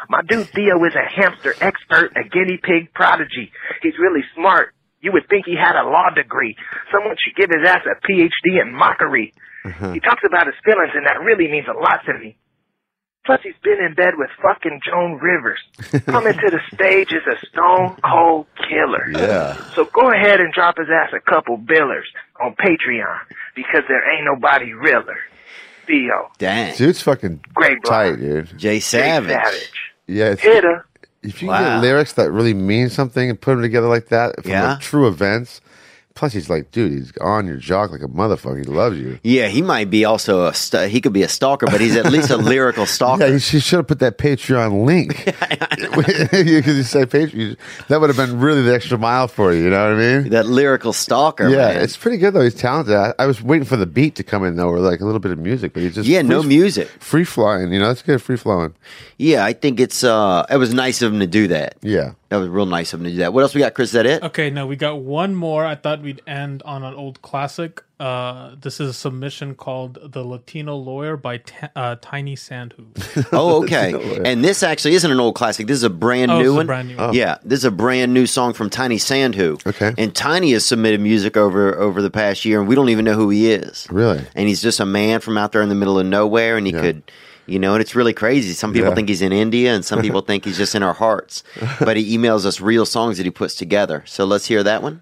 S9: My dude Theo is a hamster expert, a guinea pig prodigy. He's really smart. You would think he had a law degree. Someone should give his ass a PhD in mockery. He talks about his feelings, and that really means a lot to me. Plus, he's been in bed with fucking Joan Rivers. Coming to the stage is a stone cold killer.
S4: Yeah.
S9: So go ahead and drop his ass a couple billers on Patreon because there ain't nobody realer. Theo.
S2: Dang.
S4: Dude's fucking
S9: Great block.
S4: tight, dude.
S2: Jay
S9: Jake
S2: Savage.
S9: Savage.
S4: Yeah, it's-
S9: Hitter.
S4: if you can
S2: Wow.
S4: get lyrics that really mean something and put them together like that from
S2: Yeah.
S4: like, true events, plus he's like, dude, he's on your jock like a motherfucker. He loves you.
S2: Yeah, he might be also a st- he could be a stalker, but he's at least a lyrical stalker.
S4: (laughs) Yeah, you sh- you should have put that
S2: (laughs)
S4: Patreon link because (laughs) you said Patreon. That would have been really the extra mile for you. You know what I mean?
S2: that lyrical stalker.
S4: yeah,
S2: man.
S4: it's pretty good though. He's talented. I, I was waiting for the beat to come in though, or like a little bit of music, but he just
S2: yeah, no
S4: free-
S2: music.
S4: free flying. You know, that's good free flowing.
S2: Yeah, I think it's uh, it was nice of him to do that.
S4: Yeah,
S2: That was real nice of him to do that. What else we got, Chris? Is that it?
S5: Okay, no, we got one more. I thought we'd end on an old classic. Uh, this is a submission called "The Latino Lawyer" by T- uh, Tiny Sandhu.
S2: (laughs)
S4: (laughs)
S2: Oh, okay. and this actually isn't an old classic. This is a brand
S5: Oh,
S2: new
S5: it's a
S2: one.
S5: brand new one.
S2: Yeah, this is a brand new song from Tiny Sandhu.
S4: Okay.
S2: And Tiny has submitted music over over the past year, and we don't even know who he is.
S4: really.
S2: And he's just a man from out there in the middle of nowhere, and he could. You know, and it's really crazy. Some people
S4: Yeah.
S2: think he's in India, and
S4: (laughs)
S2: some people think he's just in our hearts. But he emails us real songs that he puts together. So let's hear that one.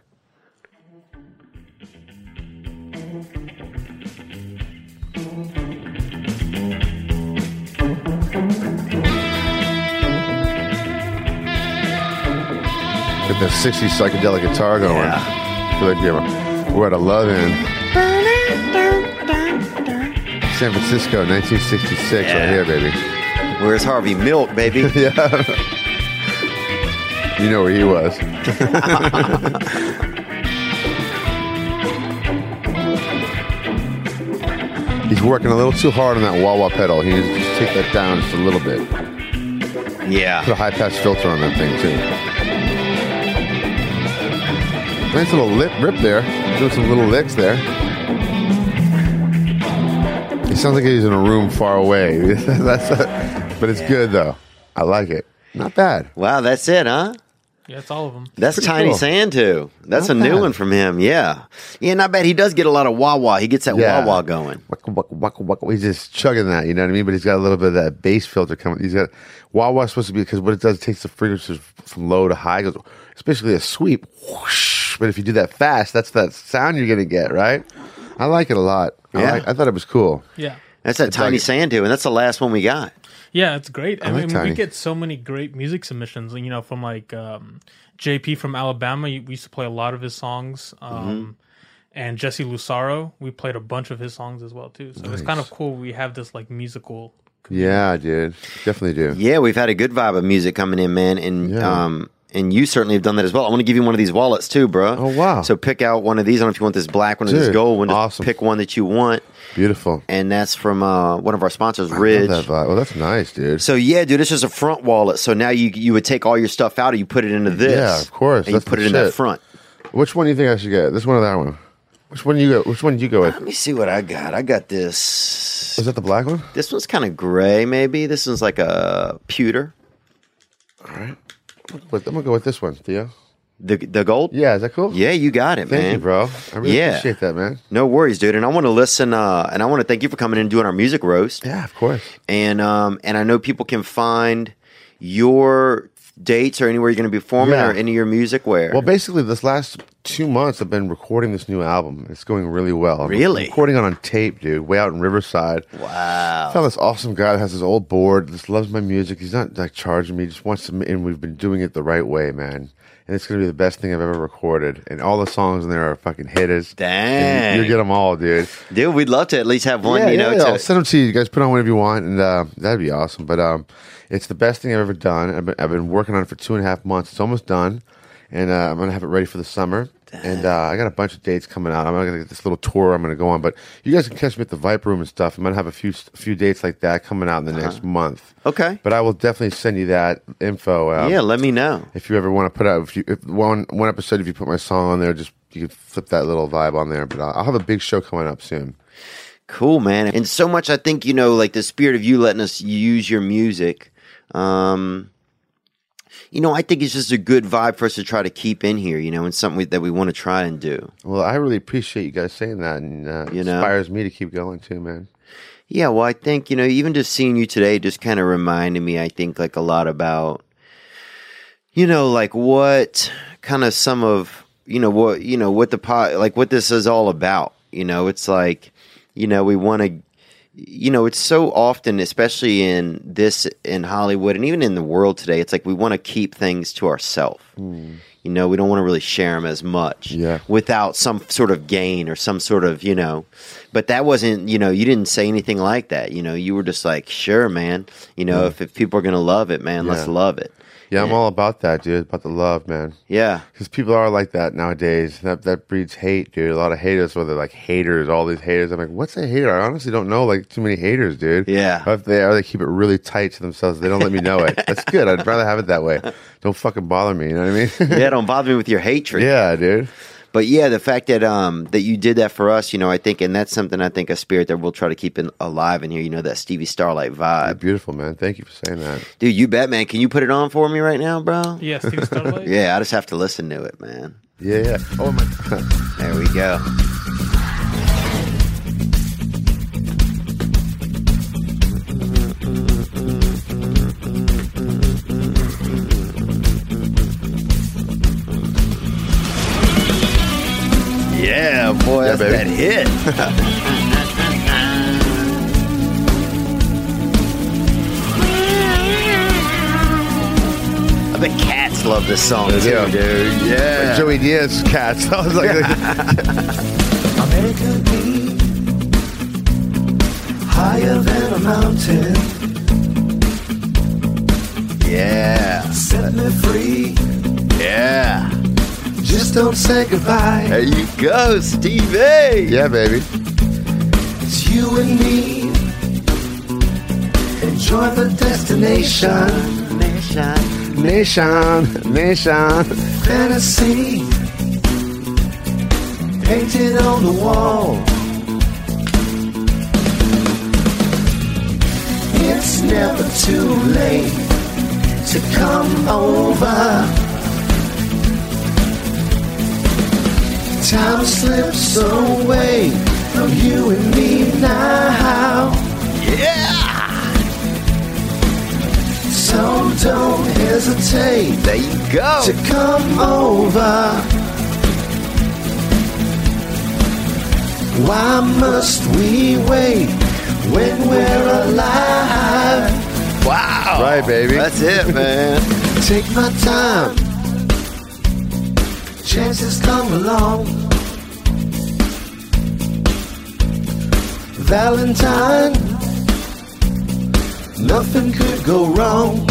S4: Get that 60 psychedelic guitar going.
S2: Yeah.
S4: Feel like we're, we're at a love in. San Francisco, 1966, right
S2: Yeah.
S4: here, baby.
S2: Where's Harvey Milk, baby?
S4: (laughs) You know where
S2: (laughs)
S4: he was. He's working a little too hard on that wah wah pedal. He needs to just take that down just a little bit.
S2: yeah.
S4: Put a high pass filter on that thing, too. Nice little lip rip there. Doing some little licks there. He sounds like he's in a room far away. (laughs) That's but it's good, though. I like it. Not bad.
S2: Wow, that's it, huh?
S5: Yeah, it's all of them.
S2: That's
S4: Pretty
S2: Tiny
S4: cool.
S2: Sandu. That's
S4: Not
S2: a new
S4: bad.
S2: one from him. Yeah. Yeah, and I bet he does get a lot of wah wah. He gets that
S4: Yeah.
S2: wah wah going.
S4: Waka, waka, waka, waka. He's just chugging that, you know what I mean? But he's got a little bit of that bass filter coming. He's got wah wah supposed to be because what it does, it takes the frequencies from low to high. It Goes, it's basically a sweep. Whoosh. But if you do that fast, that's that sound you're gonna get, right? I like it a lot.
S2: Yeah.
S4: I, like, I thought it was cool.
S5: Yeah,
S2: That's that Tiny
S4: it.
S2: Sandu, and that's the last one we got.
S5: yeah, it's great. I,
S4: like
S5: mean,
S4: Tiny.
S5: we get so many great music submissions. You know, from like um, JP from Alabama. We used to play a lot of his songs. Um, And Jesse Lucaro, we played a bunch of his songs as well too. So it's kind of cool. We have this like musical.
S4: Yeah, dude. Definitely do.
S2: Yeah, we've had a good vibe of music coming in, man. And
S4: Yeah.
S2: um and you certainly have done that as well. I want to give you one of these wallets too, bro.
S4: Oh, wow.
S2: So pick out one of these. I don't know if you want this black one or this
S4: Dude,
S2: gold one. Just
S4: awesome.
S2: pick one that you want.
S4: Beautiful.
S2: And that's from uh, one of our sponsors,
S4: Love
S2: Ridge.
S4: that vibe. Well, that's nice, dude.
S2: So yeah, dude, it's just a front wallet. So now you you would take all your stuff out and you put it into this.
S4: Yeah, of course.
S2: And you
S4: That's
S2: put
S4: the
S2: it in that
S4: shit.
S2: front.
S4: Which one do you think I should get? This one or that one? Which one you go? Which one did you go with?
S2: Let me see what I got. I got this.
S4: Is that the black one?
S2: This one's kind of gray, maybe. This one's like a pewter.
S4: Wait, I'm gonna go with this one, Theo.
S2: The the gold.
S4: Yeah, is that cool?
S2: Yeah, you got it,
S4: Thank
S2: man.
S4: you, bro. I really
S2: Yeah.
S4: appreciate that, man.
S2: No worries, dude. And I want to listen. Uh, and I want to thank you for coming in and doing our music roast.
S4: Yeah, of course.
S2: And um, and I know people can find your dates or anywhere you're going to be performing
S4: Yeah.
S2: or any of your music. Where?
S4: Well, basically, this last two months, I've been recording this new album. It's going really well. I'm
S2: Really?
S4: recording it on tape, dude, way out in Riverside. I
S2: wow.
S4: found this awesome guy that has his old board. Just loves my music. He's not like charging me. He just wants to. And we've been doing it the right way, man. And it's gonna be the best thing I've ever recorded. And all the songs in there are fucking hitters.
S2: Dang.
S4: you, will get them all, dude.
S2: Dude, we'd love to at least have one.
S4: yeah,
S2: you
S4: yeah,
S2: know,
S4: yeah.
S2: to-
S4: I'll send them to you. You guys put on whatever you want, and uh, that'd be awesome. But um, it's the best thing I've ever done. I've been, I've been working on it for two and a half months. It's almost done, and uh, I'm gonna have it ready for the summer. And uh, I got a bunch of dates coming out. I'm gonna get this little tour. I'm gonna go on, but you guys can catch me at the Vibe Room and stuff. I'm gonna have a few few dates like that coming out in the next month.
S2: Uh-huh. Okay.
S4: But I will definitely send you that info. Um,
S2: yeah, let me know.
S4: if you ever want to put out if you if one one episode, if you put my song on there, just you can flip that little vibe on there. But uh, I'll, I'll have a big show coming up soon.
S2: Cool, man. And so much, I think, you know, like the spirit of you letting us use your music. Um, you know, I think it's just a good vibe for us to try to keep in here, you know, and something we, that we want to try and do.
S4: Well, I really appreciate you guys saying that, and uh,
S2: You know?
S4: inspires me to keep going too, man.
S2: Yeah, well, I think, you know, even just seeing you today just kind of reminded me, I think, like a lot about, you know, like what kind of some of, you know, what, you know, what the pot, like what this is all about. You know, it's like, you know, we want to you know, it's so often, especially in this in Hollywood and even in the world today, it's like we want to keep things to ourselves. You know, we don't want to really share them as much
S4: Hmm. Yeah.
S2: without some sort of gain or some sort of, you know, but that wasn't, you know, you didn't say anything like that. You know, you were just like, sure, man, you know, if, if people are going to love it, man, let's
S4: Yeah.
S2: love it.
S4: Yeah, I'm all about that, dude. About the love, man.
S2: Yeah.
S4: Because people are like that nowadays. That that breeds hate, dude. A lot of haters, whether like haters, all these haters. I'm like, what's a hater? I honestly don't know. Like too many haters, dude.
S2: Yeah.
S4: Or if they are, they keep it really tight to themselves. They don't let me know it.
S2: (laughs)
S4: That's good. I'd rather have it that way. Don't fucking bother me. You know what I
S2: (laughs)
S4: mean?
S2: Yeah. Don't bother me with your hatred.
S4: yeah, dude.
S2: But yeah, the fact that um that you did that for us, you know, I think, and that's something I think a spirit that we'll try to keep in, alive in here. You know, that Stevie Starlight vibe,
S4: Beautiful, man. Thank you for saying that.
S2: dude. You bet, man. Can you put it on for me right now, bro?
S5: Yeah, Steve Starlight.
S2: Yeah, I just have to listen to it, man.
S4: Yeah, yeah. Oh my. (laughs)
S2: There we go. Yeah, boy, that's
S4: baby.
S2: that hit. I bet cats love this song too,
S4: Yeah.
S2: Oh, dude. Yeah.
S4: Joey Diaz
S2: (laughs)
S4: cats. I was
S6: (laughs)
S4: like,
S6: American peak, higher than a mountain,
S2: Yeah.
S6: set me free.
S2: Yeah.
S6: Just don't say goodbye.
S2: There you go, Stevie.
S4: yeah, baby.
S6: It's you and me. Enjoy the destination,
S4: Nation, nation.
S6: fantasy. Painted on the wall. It's never too late to come over. Time slips away from you and me now.
S2: Yeah.
S6: So don't hesitate
S2: There you go.
S6: to come over. Why must we wait when we're alive?
S2: Wow.
S4: Right, baby.
S2: Oh, That's it, man.
S6: Take my time. Chances come along. Valentine. Nothing could go wrong.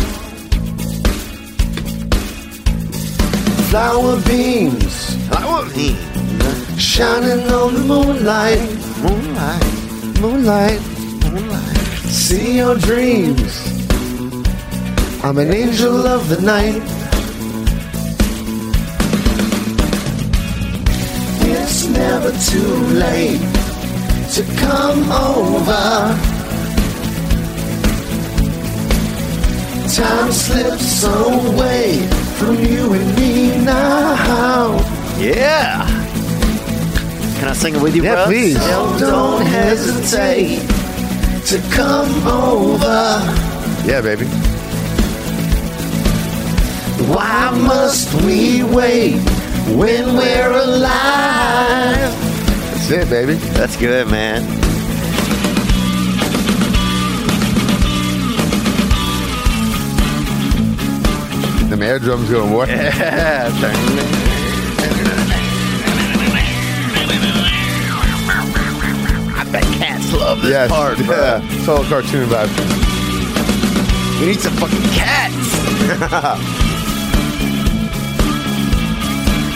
S6: Flower beams
S2: I want me.
S6: shining on the moonlight. Moonlight, moonlight, moonlight. See your dreams. I'm an angel of the night. It's never too late to come over. Time slips away from you and me now.
S2: Yeah. Can I sing it with you,
S4: Yeah,
S2: bro?
S4: please.
S6: So don't hesitate to come over.
S4: Yeah, baby.
S6: Why must we wait when we're alive?
S4: That's it, baby.
S2: That's good, man.
S4: The air drums going
S6: (laughs)
S4: what?
S2: Yeah. I bet cats love this
S4: Yes.
S2: part, bro.
S4: yeah. It's all cartoon vibe.
S2: We need some fucking
S4: (laughs)
S2: cats.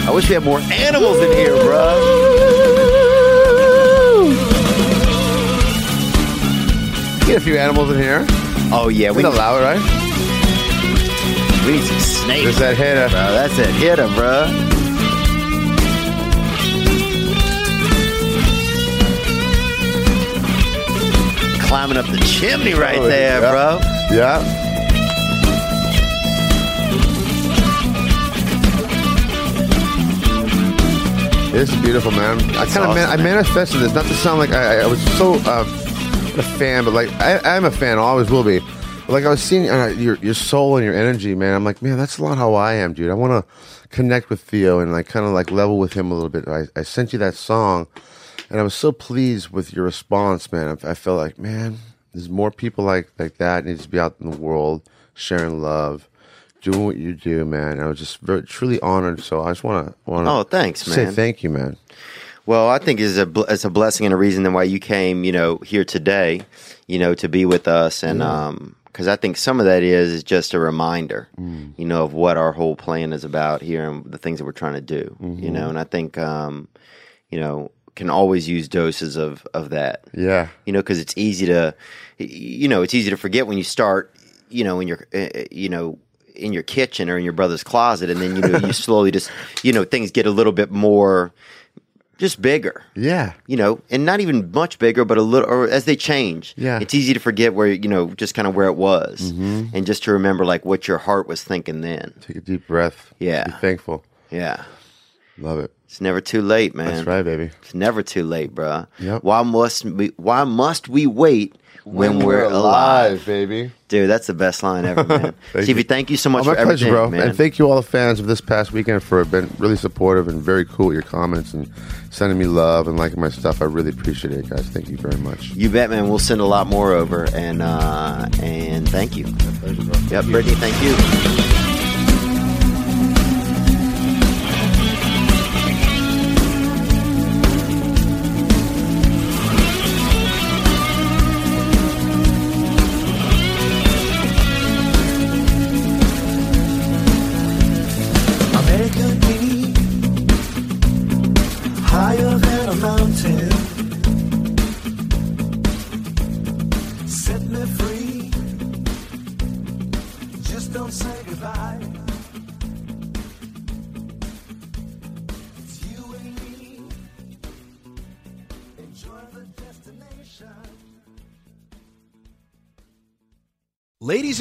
S2: I wish we had more animals in here, bro.
S4: Get a few animals in here.
S2: Oh yeah, we
S4: We'd
S2: need,
S4: allow it, right?
S2: we need some snakes,
S4: There's
S2: bro.
S4: that hitter.
S2: That's it, hit 'em, bro. Climbing up the chimney right
S4: Oh,
S2: there,
S4: yeah.
S2: bro.
S4: Yeah. This is beautiful, man. I
S2: It's
S4: kind of man-
S2: awesome,
S4: I
S2: man.
S4: manifested this, not to sound like I, I- I was so uh, a fan, but like I, I'm a fan, I always will be. But like I was seeing uh, your your soul and your energy, man. I'm like, man, that's a lot how I am, dude. I want to connect with Theo and like kind of like level with him a little bit. I, I sent you that song, and I was so pleased with your response, man. I, I felt like, man, there's more people like like that needs to be out in the world sharing love, doing what you do, man. I was just very truly honored. So I just want to want to
S2: Oh, thanks,
S4: say
S2: man.
S4: thank you, man.
S2: Well, I think it's a bl- it's a blessing and a reason why you came, you know, here today, you know, to be with us, and um 'cause because I think some of that is is just a reminder, you know, of what our whole plan is about here and the things that we're trying to do, you know, and I think, um, you know, can always use doses of of that,
S4: Yeah,
S2: you know, because it's easy to, you know, it's easy to forget when you start, you know, in your, uh, uh, you know, in your kitchen or in your brother's closet, and then you know
S4: (laughs)
S2: you slowly just, you know, things get a little bit more, just bigger,
S4: yeah,
S2: you know, and not even much bigger, but a little, or as they change,
S4: Yeah. Mm-hmm.
S2: it's easy to forget where you know just kind of where it was, and just to remember like what your heart was thinking then.
S4: take a deep breath.
S2: Yeah.
S4: be thankful.
S2: Yeah,
S4: Love it.
S2: it's never too late, man.
S4: That's right, baby.
S2: It's never too late, bruh.
S4: Yep.
S2: Why must we? Why must we wait when, we're, alive?
S4: baby.
S2: Dude, that's the best line ever, man.
S4: (laughs) Thank
S2: Stevie,
S4: you.
S2: thank you so much
S4: Oh, my
S2: for
S4: pleasure,
S2: everything,
S4: bro.
S2: man.
S4: And thank you all the fans of this past weekend for being really supportive and very cool with your comments and sending me love and liking my stuff. I really appreciate it, guys. Thank you very much.
S2: you bet, man. We'll send a lot more over, and uh, and thank you. Yep, Brittany, thank you.
S6: American bee, higher than a mountain. Set me free. Just don't say goodbye. It's you and me. Enjoy the destination.
S10: Ladies